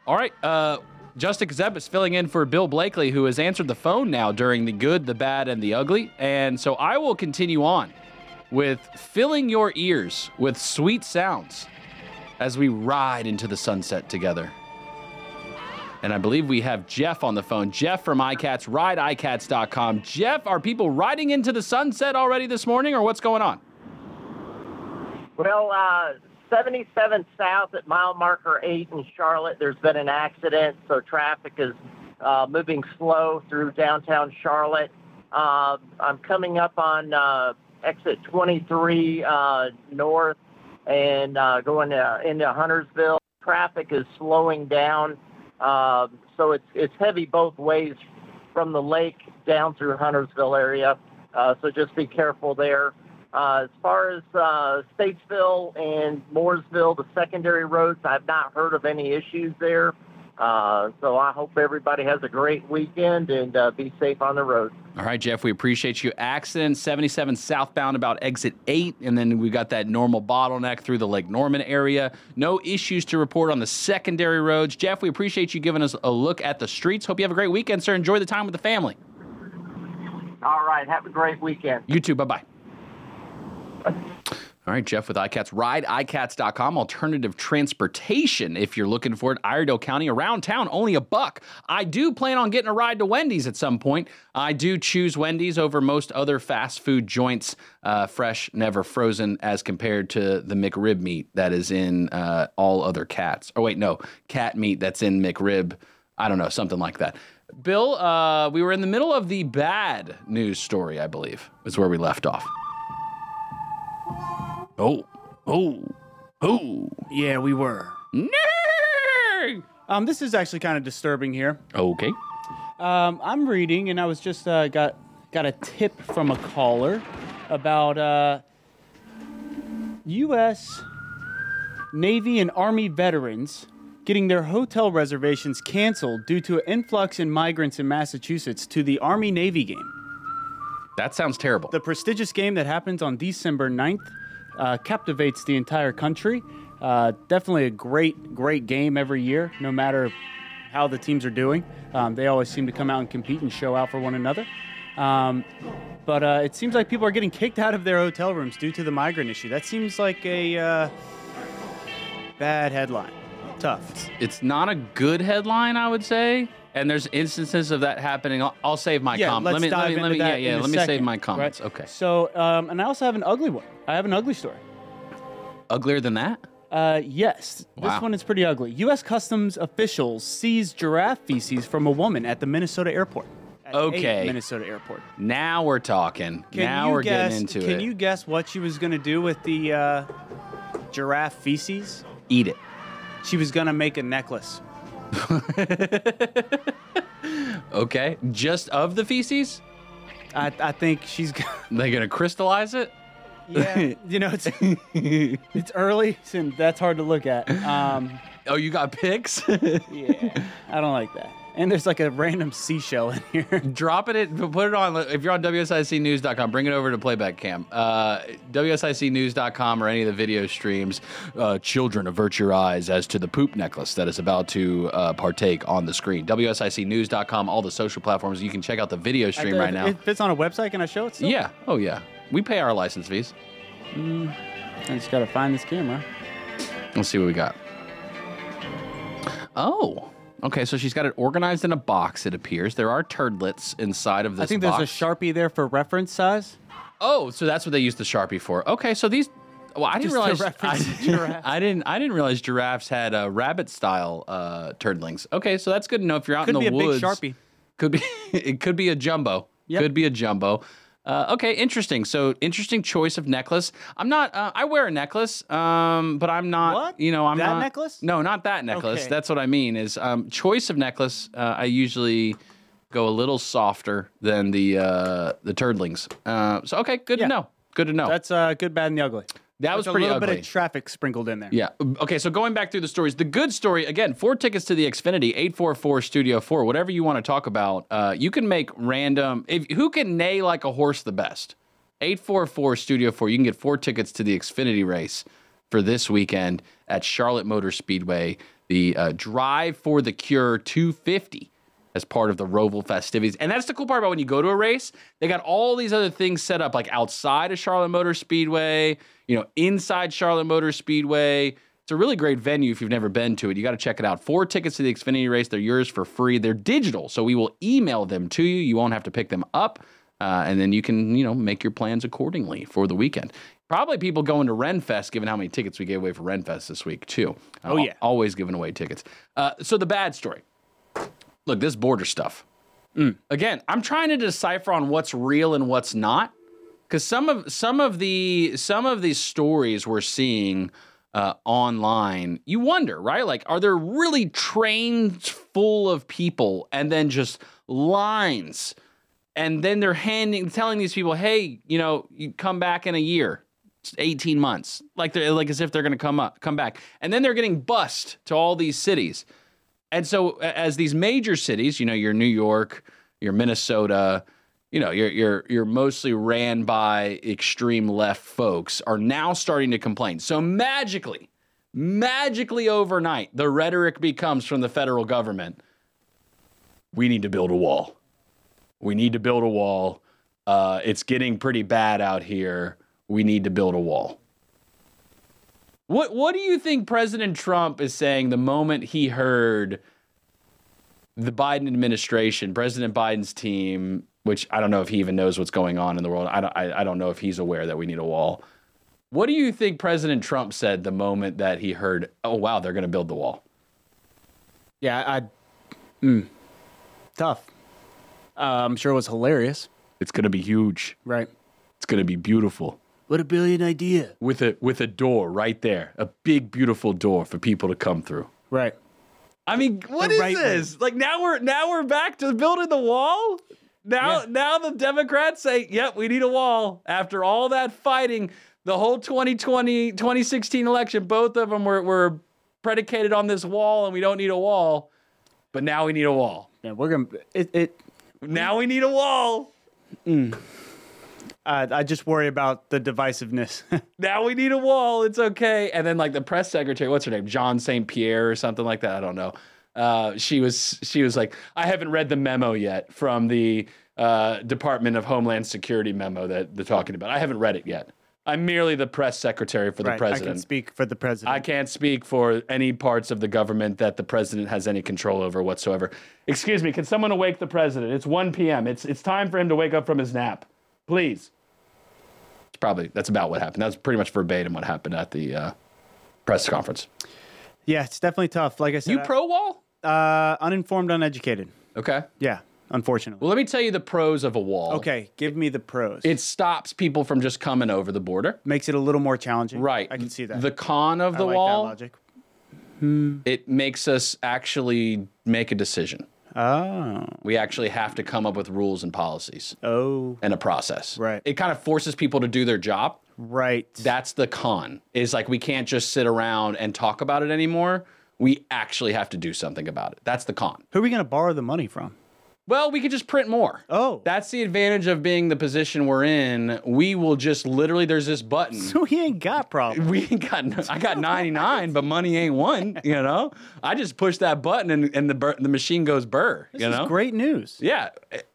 C: All right. Uh, Justin Zepp is filling in for Bill Blakely, who has answered the phone now during the good, the bad, and the ugly. And so I will continue on with filling your ears with sweet sounds as we ride into the sunset together. And I believe we have Jeff on the phone. Jeff from iCats, rideicats.com. Jeff, are people riding into the sunset already this morning, or what's going on?
L: Well, uh, 77 South at mile marker 8 in Charlotte, there's been an accident, so traffic is uh, moving slow through downtown Charlotte. Uh, I'm coming up on uh, exit 23 uh, north and uh, going uh into Huntersville. Traffic is slowing down, uh, so it's, it's heavy both ways from the lake down through Huntersville area, uh, so just be careful there. Uh, as far as uh, Statesville and Mooresville, the secondary roads, I've not heard of any issues there. Uh, so I hope everybody has a great weekend and uh, be safe on the road.
C: All right, Jeff, we appreciate you. Accident 77 southbound about exit 8, and then we got that normal bottleneck through the Lake Norman area. No issues to report on the secondary roads. Jeff, we appreciate you giving us a look at the streets. Hope you have a great weekend, sir. Enjoy the time with the family.
L: All right, have a great weekend.
C: You too. Bye bye. All right, Jeff with iCats. Ride iCats.com. Alternative transportation if you're looking for it. Iredale County, around town, only a buck. I do plan on getting a ride to Wendy's at some point. I do choose Wendy's over most other fast food joints, uh, fresh, never frozen, as compared to the McRib meat that is in uh, all other cats. Oh, wait, no, cat meat that's in McRib. I don't know, something like that. Bill, uh, we were in the middle of the bad news story, I believe, is where we left off. Oh, oh, oh.
D: Yeah, we were.
C: Nerd.
D: Um, this is actually kind of disturbing here.
C: Okay.
N: Um, I'm reading, and I was just uh, got got a tip from a caller about uh, U.S.
D: Navy and Army veterans getting their hotel reservations canceled due to an influx in migrants in Massachusetts to the Army Navy game.
C: That sounds terrible.
D: The prestigious game that happens on December 9th uh, captivates the entire country. Uh, definitely a great, great game every year, no matter how the teams are doing. Um, they always seem to come out and compete and show out for one another. Um, but uh, it seems like people are getting kicked out of their hotel rooms due to the migrant issue. That seems like a uh, bad headline. Tough.
C: It's not a good headline, I would say. And there's instances of that happening. I'll, I'll save my
N: Yeah, let's
C: comment. Let me,
N: dive
C: let me,
N: into
C: let me,
N: that
C: yeah,
N: in
C: yeah.
N: a
C: Let me save
N: second,
C: my comments. Okay.
N: So, um, and I also have an ugly one. I have an ugly story.
C: Uglier than that?
N: Uh, yes,
C: Wow.
N: this one is pretty ugly. U.S. Customs officials seize giraffe feces from a woman at the Minnesota airport. At
C: Okay.
N: a Minnesota airport.
C: Now we're talking.
N: Can
C: now
N: you
C: we're
N: guess-
C: getting into
D: Can
C: it.
D: you guess what she was going to do with the uh, giraffe feces?
C: Eat it.
D: She was going to make a necklace.
C: Okay. Just of the feces?
D: I, I think she's.
C: They gonna crystallize it?
D: Yeah, you know it's it's early, and that's hard to look at. Um,
C: oh, you got pics?
D: yeah, I don't like that. And there's like a random seashell in here.
C: Drop it, in, put it on. If you're on WSICnews.com, bring it over to playback cam. Uh, WSICnews.com or any of the video streams. Uh, children, avert your eyes as to the poop necklace that is about to uh, partake on the screen. WSICnews.com, all the social platforms. You can check out the video stream
D: I-
C: right now.
D: It fits on a website. Can I show it? Still?
C: yeah. Oh, yeah. We pay our license fees.
D: Mm, I just gotta find this camera.
C: Let's see what we got. Oh. Okay, so she's got it organized in a box, it appears. There are turdlets inside of this
D: I think
C: box.
D: there's a sharpie there for reference size.
C: Oh, so that's what they use the Sharpie for. Okay, so these well, I didn't
D: Just to
C: realize
D: reference
C: I,
D: the giraffe.
C: I didn't I didn't realize giraffes had uh, rabbit style uh, turdlings. Okay, so that's good to know if you're out
D: Could
C: in
D: be
C: the
D: a big
C: woods.
D: Sharpie.
C: Could be it could be a jumbo. Could be a jumbo. Uh, okay, interesting. So interesting choice of necklace. I'm not. Uh, I wear a necklace, um, but I'm not.
D: What?
C: You know, I'm
D: That
C: not-
D: necklace?
C: No, not that necklace.
D: Okay.
C: That's what I mean. Is um, choice of necklace. Uh, I usually go a little softer than the uh, the turdlings. Uh, so okay, good to know. Good to know.
D: That's uh, good, bad, and the ugly.
C: that was
D: There's
C: pretty
D: a little
C: ugly.
D: bit of traffic sprinkled in there.
C: Yeah. Okay. So going back through the stories, the good story again: four tickets to the Xfinity, eight four four Studio Four, whatever you want to talk about. Uh, you can make random. If who can neigh like a horse the best, eight four four Studio Four. You can get four tickets to the Xfinity race for this weekend at Charlotte Motor Speedway. The uh, Drive for the Cure 250 as part of the Roval festivities. And that's the cool part about when you go to a race, they got all these other things set up, like outside of Charlotte Motor Speedway, you know, inside Charlotte Motor Speedway. It's a really great venue if you've never been to it. You got to check it out. Four tickets to the Xfinity race. They're yours for free. They're digital, so we will email them to you. You won't have to pick them up. Uh, and then you can, you know, make your plans accordingly for the weekend. Probably people going to Renfest, given how many tickets we gave away for Renfest this week, too.
D: Oh, yeah.
C: Always giving away tickets. Uh, so the bad story look, this border stuff. Mm. Again, I'm trying to decipher on what's real and what's not, because some of some of the some of these stories we're seeing uh, online, you wonder, right? Like, are there really trains full of people and then just lines? and then they're handing telling these people hey you know you come back in a year it's 18 months like they're like as if they're going to come up come back and then they're getting bussed to all these cities and so a- as these major cities you know your new york your minnesota you know your your your mostly ran by extreme left folks are now starting to complain so magically magically overnight the rhetoric becomes from the federal government we need to build a wall we need to build a wall. Uh, it's getting pretty bad out here. We need to build a wall. What What do you think President Trump is saying the moment he heard the Biden administration, President Biden's team, which I don't know if he even knows what's going on in the world. I don't. I, I don't know if he's aware that we need a wall. What do you think President Trump said the moment that he heard, "Oh wow, they're going to build the wall"?
D: Yeah, I. Mm, tough. Uh, I'm sure it was hilarious.
C: It's going to be huge.
D: Right.
C: It's going to be beautiful.
D: What a brilliant idea.
C: with a with a door right there, a big beautiful door for people to come through.
D: Right.
C: I mean, what is
D: right way.
C: this? Like now we're now we're back to building the wall. Now now the Democrats say, "Yep, we need a wall." After all that fighting, the whole 2020 2016 election, both of them were were predicated on this wall and we don't need a wall. But now we need a wall.
D: Yeah, we're gonna. It. it
C: Now we need a wall.
D: mm. I, I just worry about the divisiveness.
C: now we need a wall. It's okay. And then like the press secretary, what's her name? John St. Pierre or something like that. I don't know. Uh, she was she was like, I haven't read the memo yet from the uh, Department of Homeland Security memo that they're talking about. I haven't read it yet. I'm merely the press secretary for the
D: right. I
C: president.
D: can speak for the president.
C: I can't speak for any parts of the government that the president has any control over whatsoever. Excuse me, can someone awake the president? It's 1 p.m. It's it's time for him to wake up from his nap. Please. It's probably that's about what happened. That's pretty much verbatim what happened at the uh, press conference.
D: yeah, it's definitely tough. Like I said,
C: You
D: I-
C: pro wall?
D: Uh, uninformed, uneducated.
C: Okay.
D: Yeah, unfortunately.
C: Well, let me tell you the pros of a wall.
D: Okay, give me the pros.
C: It stops people from just coming over the border.
D: Makes it a little more challenging.
C: Right.
D: I can see that.
C: The con of
D: I
C: the
D: like that
C: wall,
D: logic.
C: it makes us actually make a decision.
D: Oh.
C: we actually have to come up with rules and policies
D: Oh.
C: and a process.
D: Right.
C: It kind of forces people to do their job.
D: Right.
C: That's the con. Is like we can't just sit around and talk about it anymore. We actually have to do something about it. That's the con.
D: Who are we going to borrow the money from?
C: Well, we could just print more.
D: Oh.
C: That's the advantage of being the position we're in. We will just literally there's this button.
D: So we ain't got problems.
C: We ain't got no, I got 99, but money ain't one, you know? I just push that button and, and the bur- the machine goes burr,
D: This
C: you know?
D: is great news.
C: Yeah.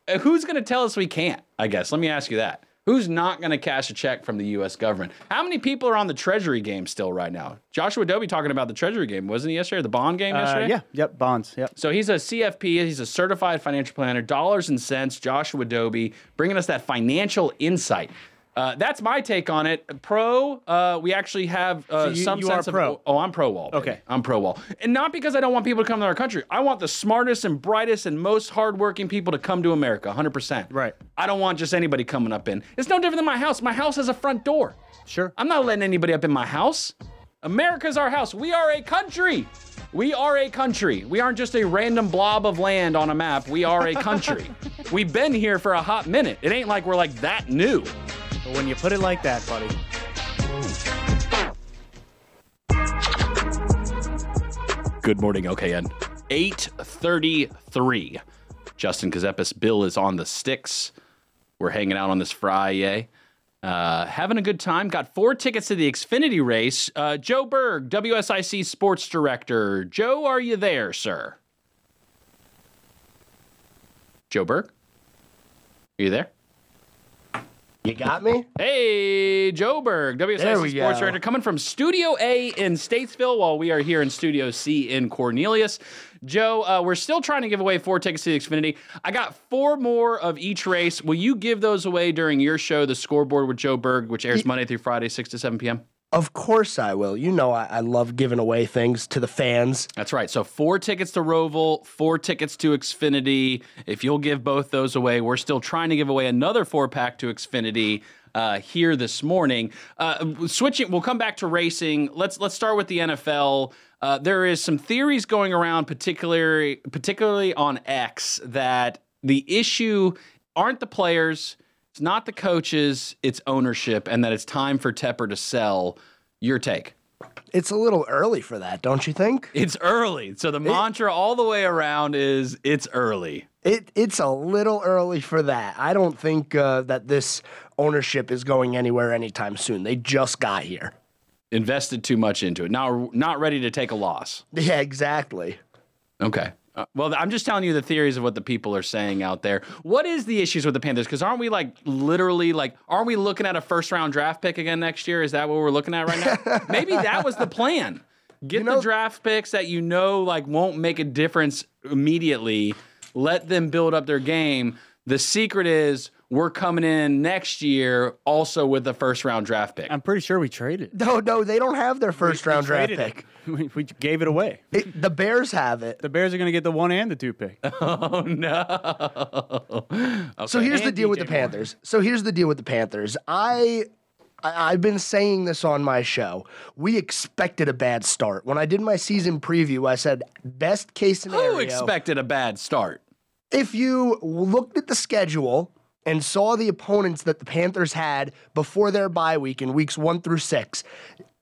C: Uh, Who's going to tell us we can't? I guess. Let me ask you that. Who's not going to cash a check from the US government? How many people are on the treasury game still right now? Joshua Dobie talking about the treasury game, wasn't he yesterday? The bond game
D: Uh,
C: yesterday?
D: yeah. Yep. Bonds. Yep.
C: So he's a CFP, he's a certified financial planner, dollars and cents, Joshua Dobie, bringing us that financial insight. Uh, that's my take on it. Pro, uh, we actually have uh,
D: So you-
C: some
D: you
C: sense
D: are pro.
C: of. Oh, I'm pro wall.
D: Okay.
C: I'm pro wall. And not because I don't want people to come to our country. I want the smartest and brightest and most hardworking people to come to America, 100%.
D: Right.
C: I don't want just anybody coming up in. It's no different than my house. My house has a front door.
D: Sure.
C: I'm not letting anybody up in my house. America's our house. We are a country. We are a country. We aren't just a random blob of land on a map. We are a country. We've been here for a hot minute. It ain't like we're like that new.
D: But when you put it like that, buddy.
C: Good morning, OKN. 8:33. Justin Kazepis, Bill is on the sticks. We're hanging out on this Friday. Uh, having a good time. Got four tickets to the Xfinity race. Uh, Joe Berg, WSIC sports director. Joe, are you there, sir? Joe Berg? Are you there?
O: You got me?
C: Hey, Joe Berg,
O: There
C: WSIC
O: we
C: Sports
O: go.
C: Director, coming from Studio A in Statesville while we are here in Studio C in Cornelius. Joe, uh, we're still trying to give away four tickets to the Xfinity. I got four more of each race. Will you give those away during your show, The Scoreboard with Joe Berg, which airs Monday through Friday, 6 to 7 p.m.?
O: Of course I will. You know I, I love giving away things to the fans.
C: That's right. So four tickets to Roval, four tickets to Xfinity. If you'll give both those away, we're still trying to give away another four pack to Xfinity uh, here this morning. Uh, switching, we'll come back to racing. Let's let's start with the NFL. Uh, there is some theories going around, particularly particularly on X, that the issue aren't the players, it's not the coaches, it's ownership, and that it's time for Tepper to sell. Your take?
O: It's a little early for that, don't you think?
C: It's early. So the mantra all the way around is it's early.
O: It it's a little early for that. I don't think uh, that this ownership is going anywhere anytime soon. They just got here.
C: Invested too much into it. Now not ready to take a loss.
O: Yeah, exactly.
C: Okay. Uh, well, I'm just telling you the theories of what the people are saying out there. What is the issues with the Panthers? Because aren't we like literally like aren't we looking at a first round draft pick again next year? Is that what we're looking at right now? Maybe that was the plan. Get the draft picks that you know like won't make a difference immediately. Let them build up their game. The secret is we're coming in next year also with a first round draft pick.
D: I'm pretty sure we traded.
O: No, no, they don't have their first
D: We
O: round draft
D: traded
O: pick.
D: it. We, we gave it away.
O: It- the Bears have it.
D: The Bears are going to get the one and the two pick.
C: Oh no. Okay.
O: So here's the deal with the Panthers. So here's the deal with the Panthers. I, I I've been saying this on my show. We expected a bad start. When I did my season preview, I said best case scenario.
C: Who expected a bad start?
O: if you looked at the schedule and saw the opponents that the Panthers had before their bye week in weeks one through six,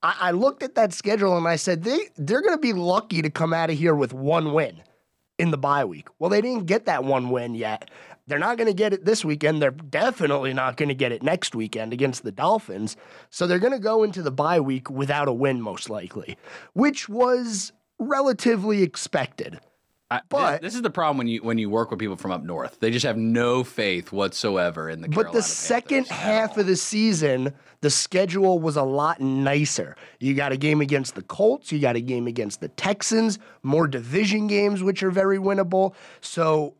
O: I, I looked at that schedule and I said they they're going to be lucky to come out of here with one win in the bye week. Well, they didn't get that one win yet. They're not going to get it this weekend. They're definitely not going to get it next weekend against the Dolphins. So they're going to go into the bye week without a win, most likely, which was relatively expected.
C: I, but this, this is the problem when you when you work with people from up north. They just have no faith whatsoever in the
O: But
C: Carolina.
O: the second half of the season, the schedule was a lot nicer. You got a game against the Colts, you got a game against the Texans, more division games, which are very winnable. So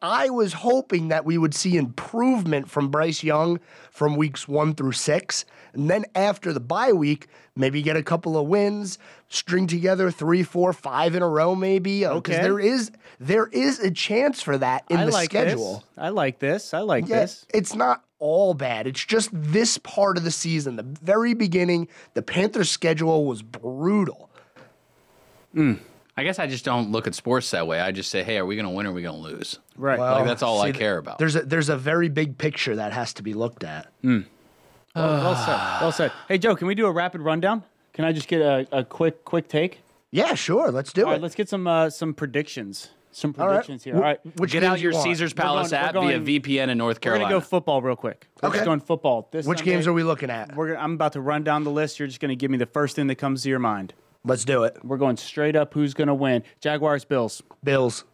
O: I was hoping that we would see improvement from Bryce Young from weeks one through six. And then after the bye week, maybe get a couple of wins, string together three, four, five in a row, maybe. Okay.
D: Okay.
O: There is there is a chance for that in
D: I
O: the
D: like
O: schedule.
D: This. I like this. I like
O: Yeah,
D: this.
O: It's not all bad. It's just this part of the season, the very beginning, the Panthers' schedule was brutal.
C: I guess I just don't look at sports that way. I just say, hey, are we going to win or are we going to lose?
D: Right.
C: like that's all I care about.
O: There's a there's a very big picture that has to be looked at.
D: Well, well said. Well said. Hey, Joe, can we do a rapid rundown? Can I just get a, a quick quick take?
O: Yeah, sure. Let's do
D: All right,
O: it.
D: let's get some uh, some predictions. Some
O: All right.
D: predictions here. All right.
O: Wh- which Get out games your you want? Caesar's
D: We're
O: Palace
D: going-
C: app
D: we're
C: via
D: going-
C: VPN in North
D: We're
C: Carolina.
D: gonna go football real quick. We're just
O: Okay.
D: going football. This
O: Which
D: Sunday,
O: games are we looking at?
D: We're gonna, I'm about to run down the list. You're just gonna give me the first thing that comes to your mind.
O: Let's do it.
D: We're going straight up. Who's gonna win? Jaguars, Bills.
O: Bills.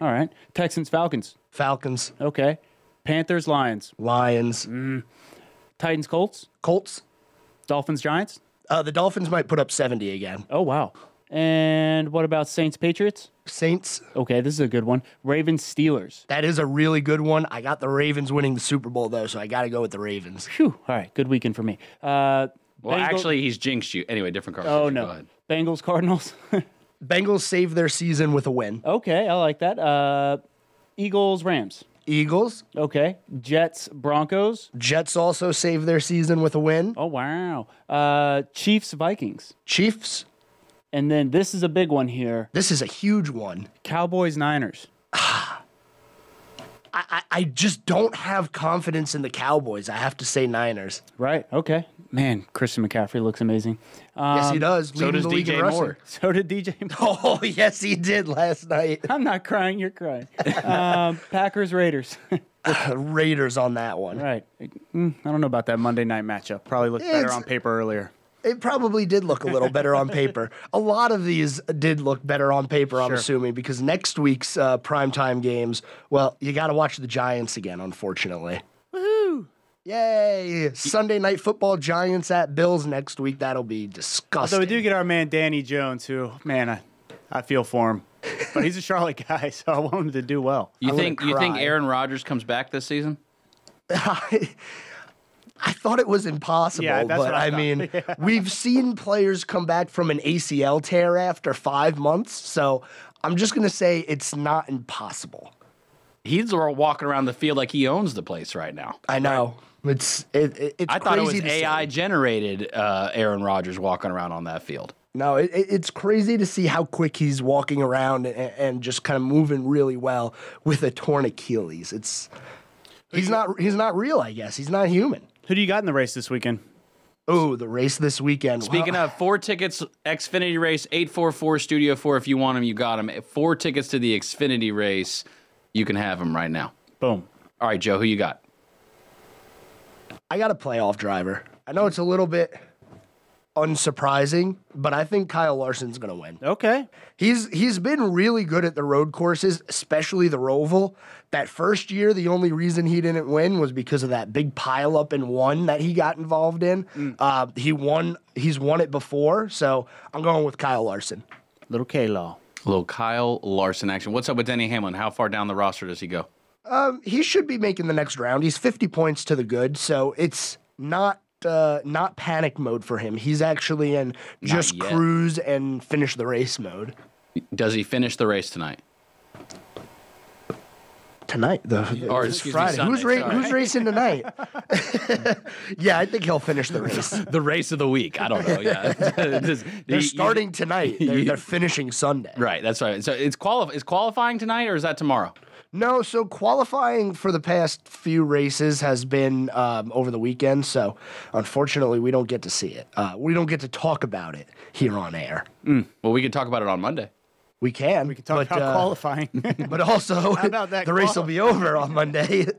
D: All right. Texans, Falcons.
O: Falcons.
D: Okay. Panthers, Lions.
O: Lions.
D: Mm. Titans, Colts.
O: Colts.
D: Dolphins, Giants.
O: Uh, the Dolphins might put up 70 again.
D: Oh wow. And what about Saints, Patriots?
O: Saints.
D: Okay, this is a good one. Ravens, Steelers.
O: That is a really good one. I got the Ravens winning the Super Bowl, though, so I got to go with the Ravens.
D: Phew. All right. Good weekend for me. Uh,
C: Well,
D: Bengals-
C: actually, he's jinxed you. Anyway, different card.
D: Oh no. Bengals, Cardinals.
O: Bengals save their season with a win.
D: okay, I like that. Uh, Eagles, Rams.
O: Eagles.
D: Okay. Jets, Broncos.
O: Jets also save their season with a win.
D: Oh wow. Uh, Chiefs, Vikings.
O: Chiefs.
D: And then this is a big one here.
O: This is a huge one.
D: Cowboys, Niners.
O: I, I, I just don't have confidence in the Cowboys. I have to say Niners.
D: Right. Okay. Man, Christian McCaffrey looks amazing. Um,
O: yes, he does. Leading the league in rushing.
D: So did DJ. Moore.
O: Oh, yes, he did last night.
D: I'm not crying. You're crying. um, Packers, Raiders.
O: Raiders on that one.
D: Right. Mm, I don't know about that Monday night matchup. Probably looked better
O: It's-
D: on paper earlier.
O: It probably did look a little better on paper. A lot of these did look better on paper, I'm
D: Sure.
O: assuming, because next week's uh, primetime games, well, you got to watch the Giants again, unfortunately.
D: Woohoo!
O: Yay! Sunday night football, Giants at Bills next week. That'll be
D: So
O: disgusting.
D: we do get our man Danny Jones, who man, I, I feel for him, but he's a Charlotte guy, so I want him to do well.
C: You
D: I'm
C: think
D: gonna
C: you think
D: cry.
C: Aaron Rodgers comes back this season?
O: I thought it was impossible,
D: Yeah, that's
O: but
D: what I
O: I,
D: thought.
O: mean,
D: Yeah.
O: we've seen players come back from an ACL tear after five months. So I'm just going to say it's not impossible.
C: He's all walking around the field like he owns the place right now.
O: I know. It's it, it- it's
C: I thought it
O: crazy
C: was
O: to see.
C: AI generated uh, Aaron Rodgers walking around on that field.
O: No, it, it- it's crazy to see how quick he's walking around and, and just kind of moving really well with a torn Achilles. It's he's not he's not real, I guess. He's not human.
D: Who do you got in the race this weekend?
O: Oh, the race this weekend.
C: Speaking
O: Wow.
C: of four tickets, Xfinity race eight four four Studio four. If you want them, you got them. Four tickets to the Xfinity race. You can have them right now.
D: Boom.
C: All right, Joe, who you got?
O: I got a playoff driver. I know it's a little bit unsurprising, but I think Kyle Larson's going to win.
D: Okay.
O: He's he's been really good at the road courses, especially the Roval. That first year, the only reason he didn't win was because of that big pile up in one that he got involved in. Uh, he won. He's won it before, so I'm going with Kyle Larson.
D: Little K Law.
C: Little Kyle Larson action. What's up with Denny Hamlin? How far down the roster does he go?
O: Um, he should be making the next round. He's 50 points to the good, so it's not uh, not panic mode for him. He's actually in just
C: yet.
O: cruise and finish the race mode.
C: Does he finish the race tonight?
O: Tonight, the
C: Or
O: it's
C: excuse me,
O: Friday.
C: Sunday,
O: who's, ra-
C: sorry.
O: who's racing tonight? yeah, I think he'll finish the race.
C: The race of the week. I don't know. Yeah, Does-
O: They're
C: you-
O: starting tonight. They're, they're finishing Sunday.
C: Right. That's right. So it's quali- is qualifying tonight or is that tomorrow?
O: No, so qualifying for the past few races has been um, over the weekend. So unfortunately, we don't get to see it. Uh, we don't get to talk about it here on air.
C: Well, we could talk about it on Monday.
O: We can. We can
D: Talk about qualifying.
O: But also,
D: How about that
O: the race will be over on Monday.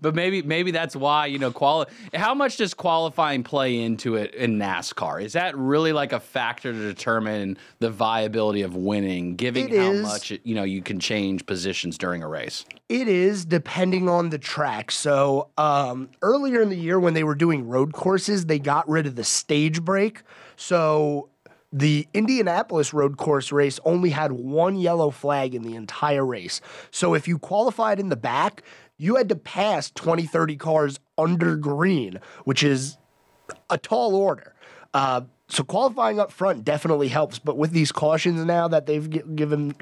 C: But maybe maybe that's why you know quali- How much does qualifying play into it in NASCAR? Is that really like a factor to determine the viability of winning, giving
O: It
C: how
O: is.
C: much you know you can change positions during a race?
O: It is depending on the track. So um, earlier in the year, when they were doing road courses, they got rid of the stage break. So the Indianapolis road course race only had one yellow flag in the entire race. So if you qualified in the back, you had to pass 20, 30 cars under green, which is a tall order. Uh, So qualifying up front definitely helps, but with these cautions now that they've gi- given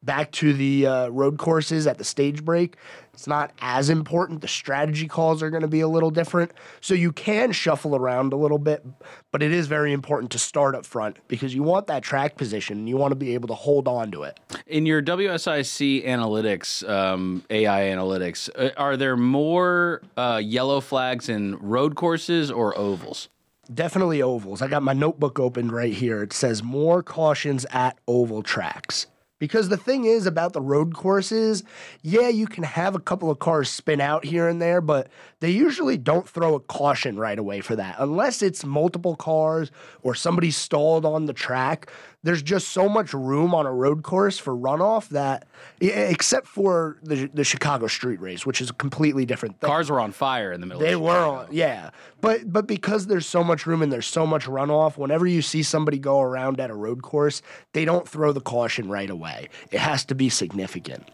O: back to the uh, road courses at the stage break, it's not as important. The strategy calls are going to be a little different, so you can shuffle around a little bit, but it is very important to start up front because you want that track position. and You want to be able to hold on to it.
C: In your WSIC analytics, um, AI analytics, uh, are there more uh, yellow flags in road courses or ovals?
O: Definitely ovals. I got my notebook opened right here. It says more cautions at oval tracks. Because the thing is about the road courses, yeah, you can have a couple of cars spin out here and there, but they usually don't throw a caution right away for that. Unless it's multiple cars or somebody stalled on the track, there's just so much room on a road course for runoff that, e- except for the, the Chicago street race, which is a completely different thing.
C: Cars were on fire in the middle.
O: They
C: of
O: were on, yeah. But but because there's so much room and there's so much runoff, whenever you see somebody go around at a road course, they don't throw the caution right away. It has to be significant.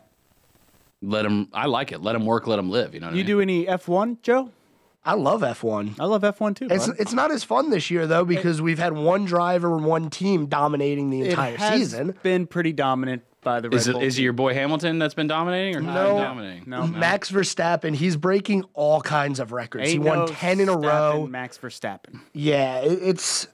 C: Let them. I like it. Let them work. Let them live. You know. What
D: You
C: I mean?
D: do any F1, Joe?
O: I love F1.
D: I love F1 too.
O: It's
D: bud.
O: it's not as fun this year though because we've had one driver, one team dominating the
D: it
O: entire
D: has
O: season.
D: been pretty dominant by the Red
C: Is it,
D: Bull
C: is it
D: team.
C: your boy Hamilton that's been dominating or not
O: No.
C: dominating?
O: Max Verstappen, he's breaking all kinds of records. he
D: Ain't
O: won
D: no
O: 10 in a
D: Stappen,
O: row.
D: Max Verstappen.
O: Yeah, it, it's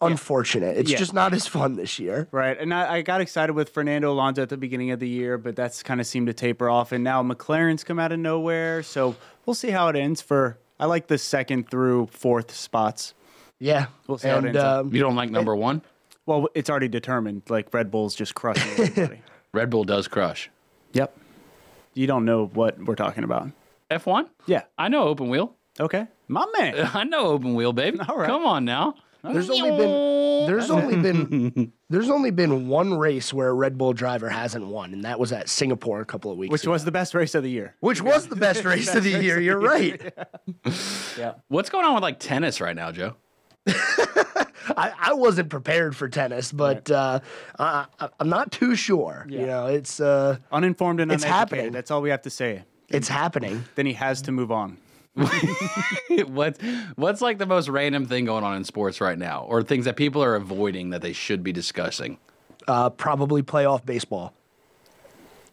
O: unfortunate. It's
D: Yeah.
O: just not as fun this year.
D: Right. And I, I got excited with Fernando Alonso at the beginning of the year, but that's kind of seemed to taper off. And now McLaren's come out of nowhere. So we'll see how it ends for. I like the second through fourth spots.
O: Yeah. um,
D: We'll see how it ends up.
C: you don't like number one?
D: Well, it's already determined. Like Red Bull's just crushing everybody.
C: Red Bull does crush.
D: yep. You don't know what we're talking about.
C: F one.
D: Yeah.
C: I know open wheel.
D: Okay. My man.
C: I know open wheel, baby. All right. Come on now.
O: There's only been there's only been there's only been one race where a Red Bull driver hasn't won, and that was at Singapore a couple of weeks.
D: Which
O: ago.
D: was the best race of the year.
O: which was the best race of the
D: Best
O: year.
D: race
O: You're
D: of the year.
O: right.
C: What's going on with like tennis right now, Joe?
O: I, I wasn't prepared for tennis, but uh, I, I- I'm not too sure. You know, it's uh,
D: Uninformed and
O: It's
D: uneducated.
O: happening.
D: That's all we have to say.
O: it's happening.
D: Then he has to move on.
C: what's what's like the most random thing going on in sports right now, or things that people are avoiding that they should be discussing?
O: Uh, probably playoff baseball.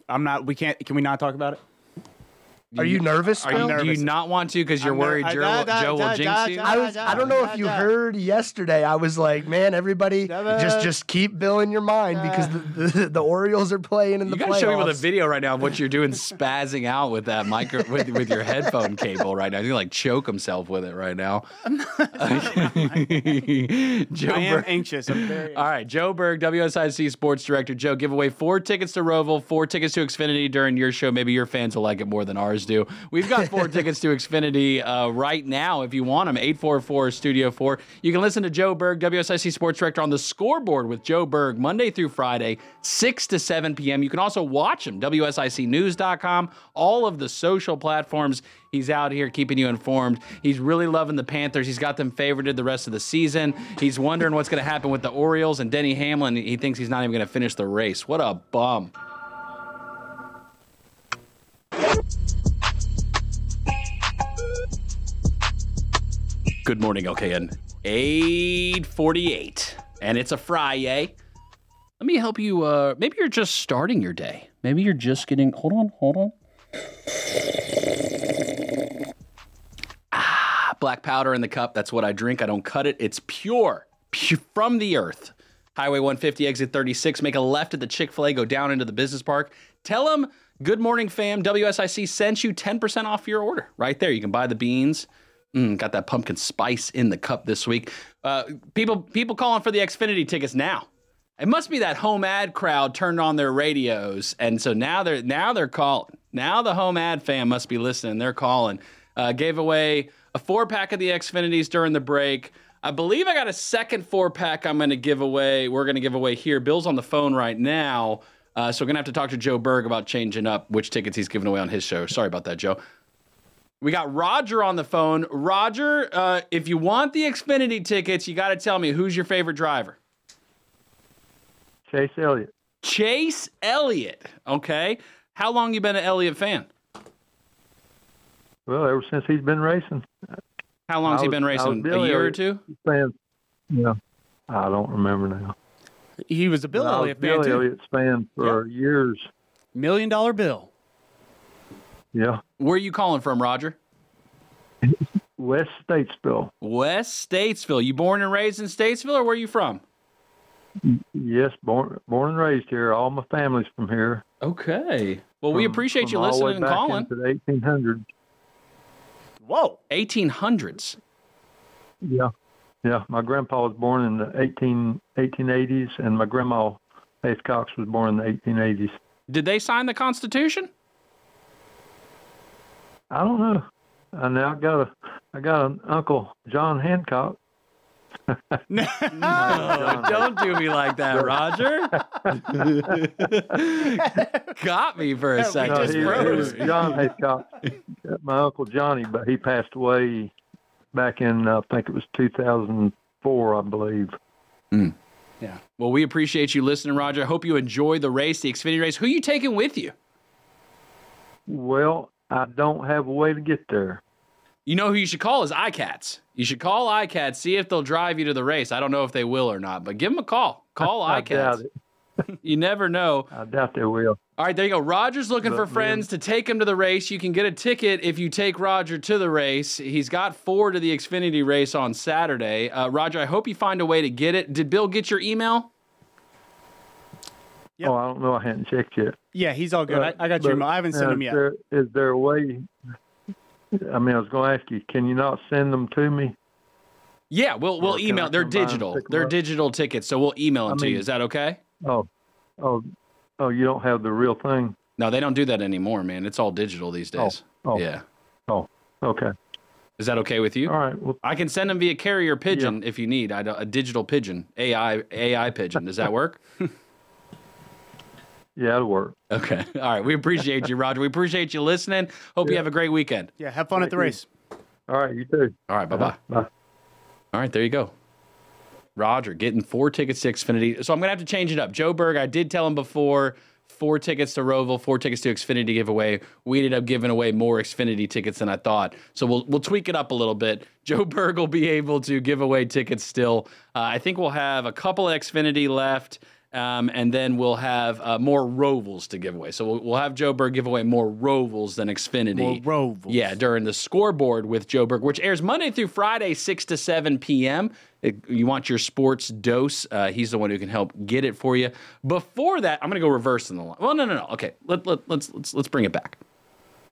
D: I'm not. We can't. Can we not talk about it?
O: Are you nervous?
C: Are you,
O: Bill?
C: do you not want to because you're
D: I'm ner-
C: worried
D: I-
C: Joe,
D: da-
C: will-
D: da-
C: Joe
D: da-
C: will jinx
D: da-
C: you?
D: da-
O: I was. I don't know if you heard yesterday. I was like, man, everybody, just just keep Bill in your mind because the, the, the Orioles are playing in the
C: You gotta
O: playoffs.
C: show people the video right now of what you're doing, spazzing out with that micro with, with your headphone cable right now. He's gonna, like choke himself with it right now. Joe
D: I am
C: Berg-
D: anxious. I'm very.
C: All right, Joe Berg, WSIC Sports Director. Joe, give away four tickets to Roval, four tickets to Xfinity during your show. Maybe your fans will like it more than ours do. We've got four tickets to Xfinity uh, right now if you want them. 844 Studio 4. You can listen to Joe Berg, WSIC Sports Director, on the scoreboard with Joe Berg Monday through Friday, 6 to 7 p.m. You can also watch him, WSICnews.com, all of the social platforms. He's out here keeping you informed. He's really loving the Panthers. He's got them favorited the rest of the season. He's wondering what's going to happen with the Orioles and Denny Hamlin. He thinks he's not even going to finish the race. What a bum. Good morning, OKN. 848. And it's a Friday. Let me help you. Uh, maybe you're just starting your day. Maybe you're just getting. Hold on, hold on. Ah, black powder in the cup. That's what I drink. I don't cut it. It's pure, pu- from the earth. Highway 150, exit 36. Make a left at the Chick fil A. Go down into the business park. Tell them, good morning, fam. WSIC sent you 10% off your order right there. You can buy the beans. Mm, got that pumpkin spice in the cup this week. Uh, people, people calling for the Xfinity tickets now. It must be that home ad crowd turned on their radios, and so now they're now they're calling. Now the home ad fan must be listening. They're calling. Uh, gave away a four pack of the Xfinities during the break. I believe I got a second four pack. I'm going to give away. We're going to give away here. Bill's on the phone right now, uh, so we're going to have to talk to Joe Berg about changing up which tickets he's giving away on his show. Sorry about that, Joe. We got Roger on the phone. Roger, uh, if you want the Xfinity tickets, you got to tell me who's your favorite driver.
E: Chase Elliott.
C: Chase Elliott. Okay. How long you been an Elliott fan?
E: Well, ever since he's been racing.
C: How long's
E: I
C: he
E: was-
C: been
E: I was
C: racing? A
E: Billy
C: year or
E: Elliott
C: two?
E: Fan. Yeah, I don't remember now.
D: He was a Bill
E: I was
D: Elliott
E: Bill
D: fan too.
E: Elliott's fan for years.
D: Million Dollar Bill.
E: Yeah,
C: Where are you calling from, Roger?
E: West Statesville.
C: West Statesville. You born and raised in Statesville, or where are you from?
E: Yes, born born and raised here. All my family's from here.
C: Okay. Well, we
E: From-
C: appreciate you
E: from all the way
C: listening and
E: back
C: calling.
E: Into the 1800s.
D: Whoa.
C: 1800s.
E: Yeah, yeah. My grandpa was born in the 18, 1880s, and my grandma Faith Cox was born in the 1880s.
C: Did they sign the Constitution?
E: I don't know. I now got a I got an uncle John Hancock.
C: No, don't do me like that, Roger. Got me for a
E: No,
C: second.
E: he- he was John Hancock. My uncle Johnny, but he passed away back in uh, I think it was 2004, I believe.
C: Well, we appreciate you listening, Roger. I hope you enjoy the race, the Xfinity race. Who you taking with you?
E: Well, I don't have a way to get there.
C: You know who you should call is iCats. You should call iCats, see if they'll drive you to the race. I don't know if they will or not, but give them a call. Call
E: I doubt
C: iCats.
E: it.
C: You never know.
E: I doubt they will.
C: All right, there you go. Roger's looking
E: But
C: for
E: man-
C: friends to take him to the race. You can get a ticket if you take Roger to the race. He's got four to the Xfinity race on Saturday. Uh, Roger, I hope you find a way to get it. Did Bill get your email?
D: Yep.
E: Oh, I don't know. I hadn't checked yet.
D: Yeah, he's all good. I, I got your
E: But
D: email. I haven't
E: now,
D: sent him
E: is
D: yet.
E: There, is there a way? I mean, I was going to ask you, can you not send them to me?
C: Yeah, we'll we'll
E: Or can I
C: email. They're
E: come by and
C: digital.
E: pick 'em
C: They're
E: up?
C: digital tickets, so we'll email them
E: I
C: to you.
E: mean-
C: Is that okay?
E: Oh, oh, oh, you don't have the real thing?
C: No, they don't do that anymore, man. It's all digital these days.
E: oh.
C: Yeah.
E: Oh, okay.
C: Is that okay with you?
E: All right. Well,
C: I can send them via carrier pigeon if you need. I don't- a digital pigeon, AI AI pigeon. Does that work?
E: yeah, it'll work.
C: okay. All right. We appreciate you, Roger. We appreciate you listening. Hope you have a great weekend.
D: Yeah, have fun at the race.
E: All right, you too.
C: All right. Bye bye.
E: Bye.
C: All right, there you go. Roger getting four tickets to Xfinity. So I'm gonna have to change it up. Joe Berg, I did tell him before, four tickets to Roval, four tickets to Xfinity giveaway. We ended up giving away more Xfinity tickets than I thought. So we'll we'll tweak it up a little bit. Joe Berg will be able to give away tickets still. Uh, I think we'll have a couple of Xfinity left. Um, and then we'll have uh, more Rovals to give away. So we'll, we'll have Joe Berg give away more Rovals than Xfinity.
D: More Rovals.
C: Yeah, during the scoreboard with Joe Berg, which airs Monday through Friday, 6 to 7 p.m. If Uh, You want your sports dose. Uh, he's the one who can help get it for you. Before that, I'm going to go reverse in the line. Well, no, no, no. Okay, let, let, let's, let's, let's bring it back.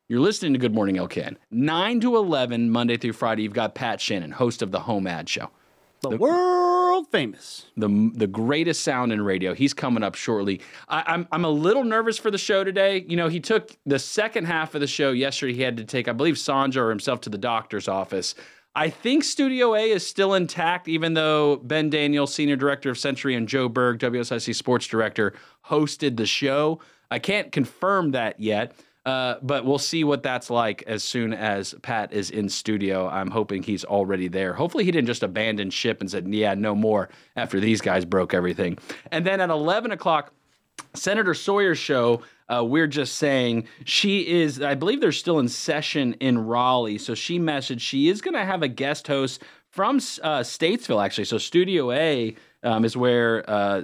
C: You're listening to Good Morning LKN. 9 to 11, Monday through Friday, you've got Pat Shannon, host of the Home Ad Show
D: The, world famous.
C: the the greatest sound in radio. He's coming up shortly. I, I'm I'm a little nervous for the show today. You know, he took the second half of the show yesterday. He had to take, I believe, Sanja or himself to the doctor's office. I think Studio A is still intact, even though Ben Daniel, senior director of Century, and Joe Berg, WSIC sports director, hosted the show. I can't confirm that yet. Uh, but we'll see what that's like as soon as Pat is in studio. I'm hoping he's already there. Hopefully, he didn't just abandon ship and said, Yeah, no more after these guys broke everything. And then at 11 o'clock, Senator Sawyer's show, uh, we're just saying she is, I believe they're still in session in Raleigh. So she messaged she is going to have a guest host from uh, Statesville, actually. So Studio A um, is where. Uh,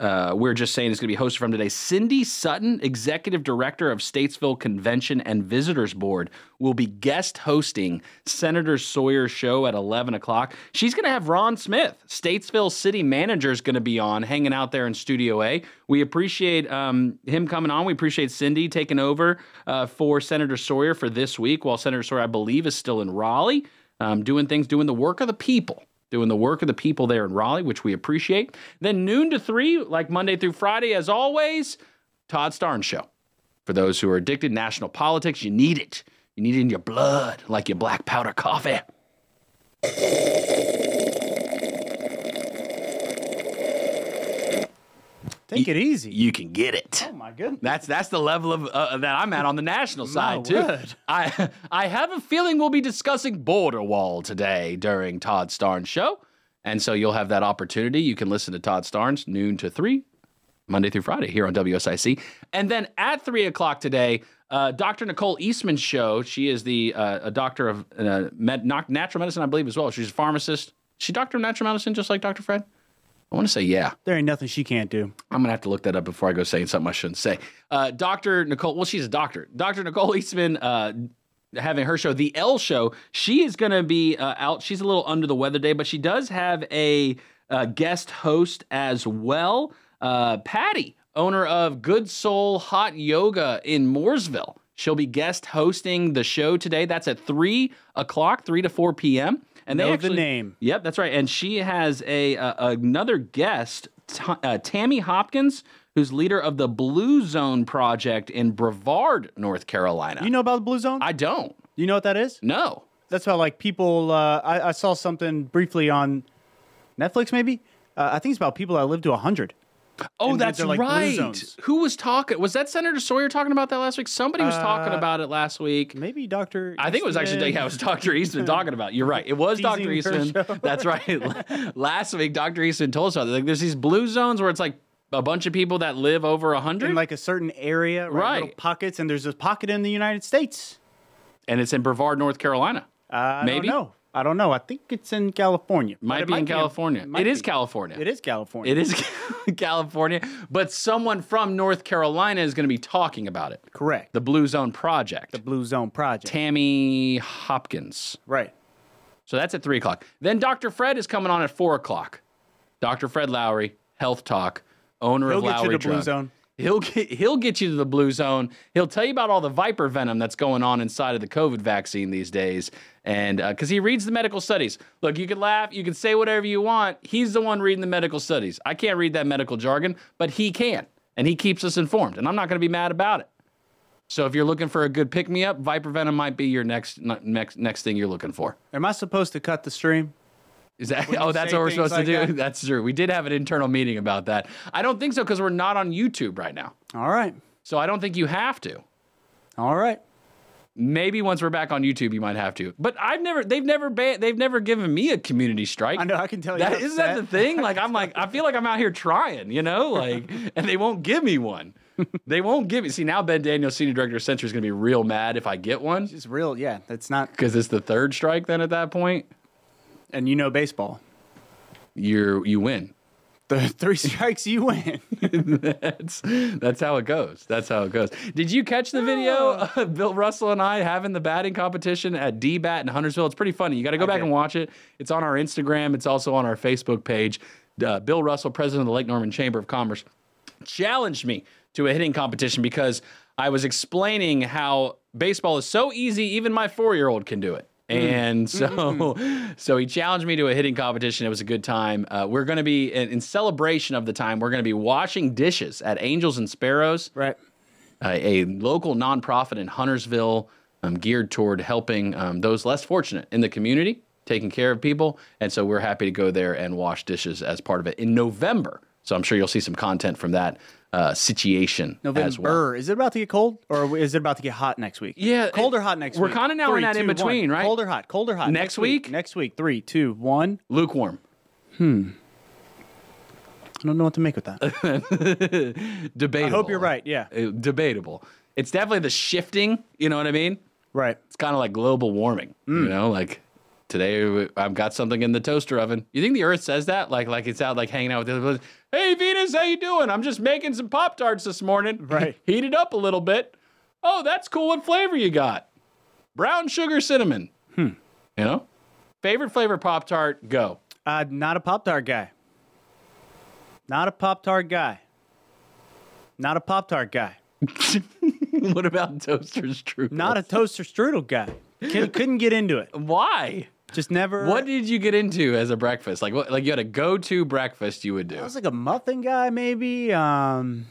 C: uh, we're just saying it's going to be hosted from today. Cindy Sutton, Executive Director of Statesville Convention and Visitors Board, will be guest hosting Senator Sawyer's show at 11 o'clock. She's going to have Ron Smith, Statesville City Manager, is going to be on, hanging out there in Studio A. We appreciate um, him coming on. We appreciate Cindy taking over uh, for Senator Sawyer for this week, while Senator Sawyer, I believe, is still in Raleigh, um, doing things, doing the work of the people doing the work of the people there in Raleigh, which we appreciate. Then noon to three, like Monday through Friday, as always, Todd Starnes Show. For those who are addicted, national politics, you need it. You need it in your blood, like your black powder coffee.
D: Take it easy.
C: You can get it.
D: oh my goodness.
C: That's that's the level of uh, that I'm at on the national
D: My
C: side too.
D: word.
C: I I have a feeling we'll be discussing border wall today during Todd Starnes show, and so you'll have that opportunity. You can listen to Todd Starnes noon to three, Monday through Friday here on WSIC, and then at three o'clock today. Uh, Dr. Nicole Eastman's show. She is the uh, a doctor of uh, med- noc- natural medicine, I believe, as well. She's a pharmacist. she doctor of natural medicine just like Dr. Fred? I want to say yeah.
D: There ain't nothing she can't do.
C: I'm gonna have to look that up before I go saying something I shouldn't say. Uh, Doctor Nicole, well, she's a doctor. Doctor Nicole Eastman, uh, having her show, the L Show. She is gonna be uh, out. She's a little under the weather day, but she does have a uh, guest host as well. Uh, Patty, owner of Good Soul Hot Yoga in Mooresville, she'll be guest hosting the show today. That's at three o'clock, three to four p.m
D: and they know actually, the name.
C: Yep, that's right. And she has a uh, another guest, T- uh, Tammy Hopkins, who's leader of the Blue Zone Project in Brevard, North Carolina.
D: You know about the Blue Zone?
C: I don't.
D: You know what that is?
C: No.
D: That's how like people. Uh, I, I, saw something briefly on Netflix, maybe. Uh, I think it's about people that live to hundred.
C: Oh, and that's like right. Who was talking? Was that Senator Sawyer talking about that last week? Somebody was uh, talking about it last week.
D: Maybe Doctor.
C: I think it was actually yeah, it was Doctor Eastman talking about. It. You're right. It was Doctor Eastman. That's right. last week, Doctor Eastman told us about it. Like, there's these blue zones where it's like a bunch of people that live over hundred
D: in like a certain area, right? right. pockets, and there's a pocket in the United States,
C: and it's in Brevard, North Carolina.
D: Uh, maybe. do I don't know. I think it's in California.
C: Might
D: it
C: be might in California. Be, it, it is
D: be.
C: California.
D: It is California.
C: It is California. But someone from North Carolina is going to be talking about it.
D: Correct.
C: The Blue Zone Project.
D: The Blue Zone Project.
C: Tammy Hopkins.
D: Right.
C: So that's at three o'clock. Then Dr. Fred is coming on at four o'clock. Dr. Fred Lowry, Health Talk, owner
D: He'll
C: of Lowry
D: get you to
C: Drug.
D: Blue Zone.
C: He'll get he'll get you to the blue zone. He'll tell you about all the viper venom that's going on inside of the COVID vaccine these days, and because uh, he reads the medical studies. Look, you can laugh, you can say whatever you want. He's the one reading the medical studies. I can't read that medical jargon, but he can, and he keeps us informed. And I'm not going to be mad about it. So if you're looking for a good pick me up, viper venom might be your next next next thing you're looking for.
D: Am I supposed to cut the stream?
C: Is that? When oh, that's what we're supposed like to do. That? That's true. We did have an internal meeting about that. I don't think so because we're not on YouTube right now.
D: All right.
C: So I don't think you have to.
D: All right.
C: Maybe once we're back on YouTube, you might have to. But I've never, they've never, ba- they've never given me a community strike.
D: I know. I can tell you.
C: That, isn't that the thing? Like I'm like, I feel like I'm out here trying, you know, like, and they won't give me one. they won't give me. See now, Ben Daniels, senior director of Century, is going to be real mad if I get one.
D: It's real, yeah. That's not
C: because it's the third strike. Then at that point,
D: and you know baseball.
C: You're you win.
D: The three strikes, you win.
C: that's that's how it goes. That's how it goes. Did you catch the video of Bill Russell and I having the batting competition at DBAT in Huntersville? It's pretty funny. You got to go I back did. and watch it. It's on our Instagram. It's also on our Facebook page. Uh, Bill Russell, president of the Lake Norman Chamber of Commerce, challenged me to a hitting competition because I was explaining how baseball is so easy. Even my four-year-old can do it. And so, mm-hmm. so he challenged me to a hitting competition. It was a good time. Uh, we're going to be in, in, celebration of the time. We're going to be washing dishes at Angels and Sparrows,
D: right?
C: Uh, a local nonprofit in Huntersville, um, geared toward helping um, those less fortunate in the community, taking care of people. And so we're happy to go there and wash dishes as part of it in November. So I'm sure you'll see some content from that uh, situation
D: November.
C: as well.
D: Is it about to get cold or is it about to get hot next week?
C: Yeah.
D: Cold or hot next
C: we're
D: week?
C: We're kind of now
D: three,
C: in that
D: two,
C: in between,
D: one.
C: right?
D: Cold or hot? Cold or hot?
C: Next, next week?
D: week? Next week. Three, two, one.
C: Lukewarm.
D: Hmm. I don't know what to make with that.
C: debatable.
D: I hope you're right. Yeah.
C: Uh, debatable. It's definitely the shifting. You know what I mean?
D: Right.
C: It's kind of like global warming. Mm. You know, like today I've got something in the toaster oven. You think the Earth says that? Like, like it's out like hanging out with the other. Hey Venus, how you doing? I'm just making some Pop Tarts this morning.
D: Right.
C: Heat it up a little bit. Oh, that's cool. What flavor you got? Brown sugar cinnamon.
D: Hmm.
C: You know, favorite flavor Pop Tart? Go.
D: Uh, not a Pop Tart guy. Not a Pop Tart guy. Not a Pop Tart guy.
C: what about toaster strudel?
D: Not a toaster strudel guy. Couldn't, couldn't get into it.
C: Why?
D: Just never.
C: What did you get into as a breakfast? Like what? Like you had a go-to breakfast you would do?
D: I was like a muffin guy, maybe. Um,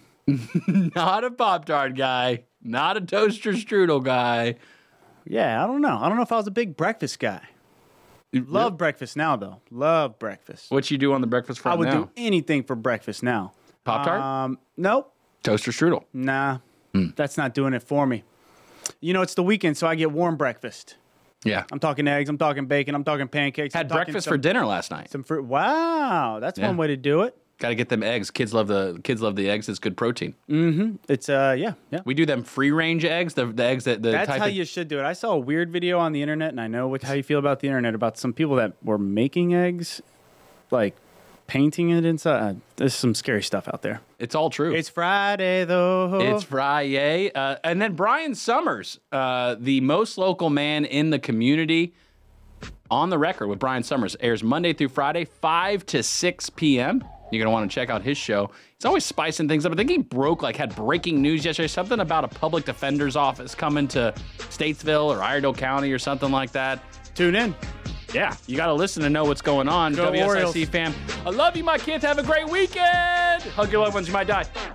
C: not a pop tart guy. Not a toaster strudel guy.
D: Yeah, I don't know. I don't know if I was a big breakfast guy. Love breakfast now, though. Love breakfast.
C: What you do on the breakfast front?
D: I would
C: now?
D: do anything for breakfast now.
C: Pop tart?
D: Um, nope.
C: Toaster strudel.
D: Nah,
C: Hmm.
D: mm. that's not doing it for me. You know, it's the weekend, so I get warm breakfast.
C: Yeah.
D: I'm talking eggs. I'm talking bacon. I'm talking pancakes.
C: Had
D: talking
C: breakfast some, for dinner last night.
D: Some fruit. Wow. That's yeah. one way to do it.
C: Got to get them eggs. Kids love the kids love the eggs. It's good protein.
D: Mm-hmm. It's uh yeah yeah.
C: We do them free range eggs. The, the eggs that the
D: That's
C: type
D: how
C: of,
D: you should do it. I saw a weird video on the internet, and I know what, how you feel about the internet about some people that were making eggs, like painting it inside. Uh, there's some scary stuff out there.
C: It's all true.
D: It's Friday though.
C: It's Friday. Uh, and then Brian Summers, uh, the most local man in the community, on the record with Brian Summers airs Monday through Friday, five to six p.m. You're gonna want to check out his show. He's always spicing things up. I think he broke like had breaking news yesterday, something about a public defender's office coming to Statesville or Iredell County or something like that.
D: Tune in.
C: Yeah, you got to listen to know what's going on.
D: Go
C: WSIC
D: Orioles.
C: fam, I love you, my kids. Have a great weekend. Hug your loved ones. You might die.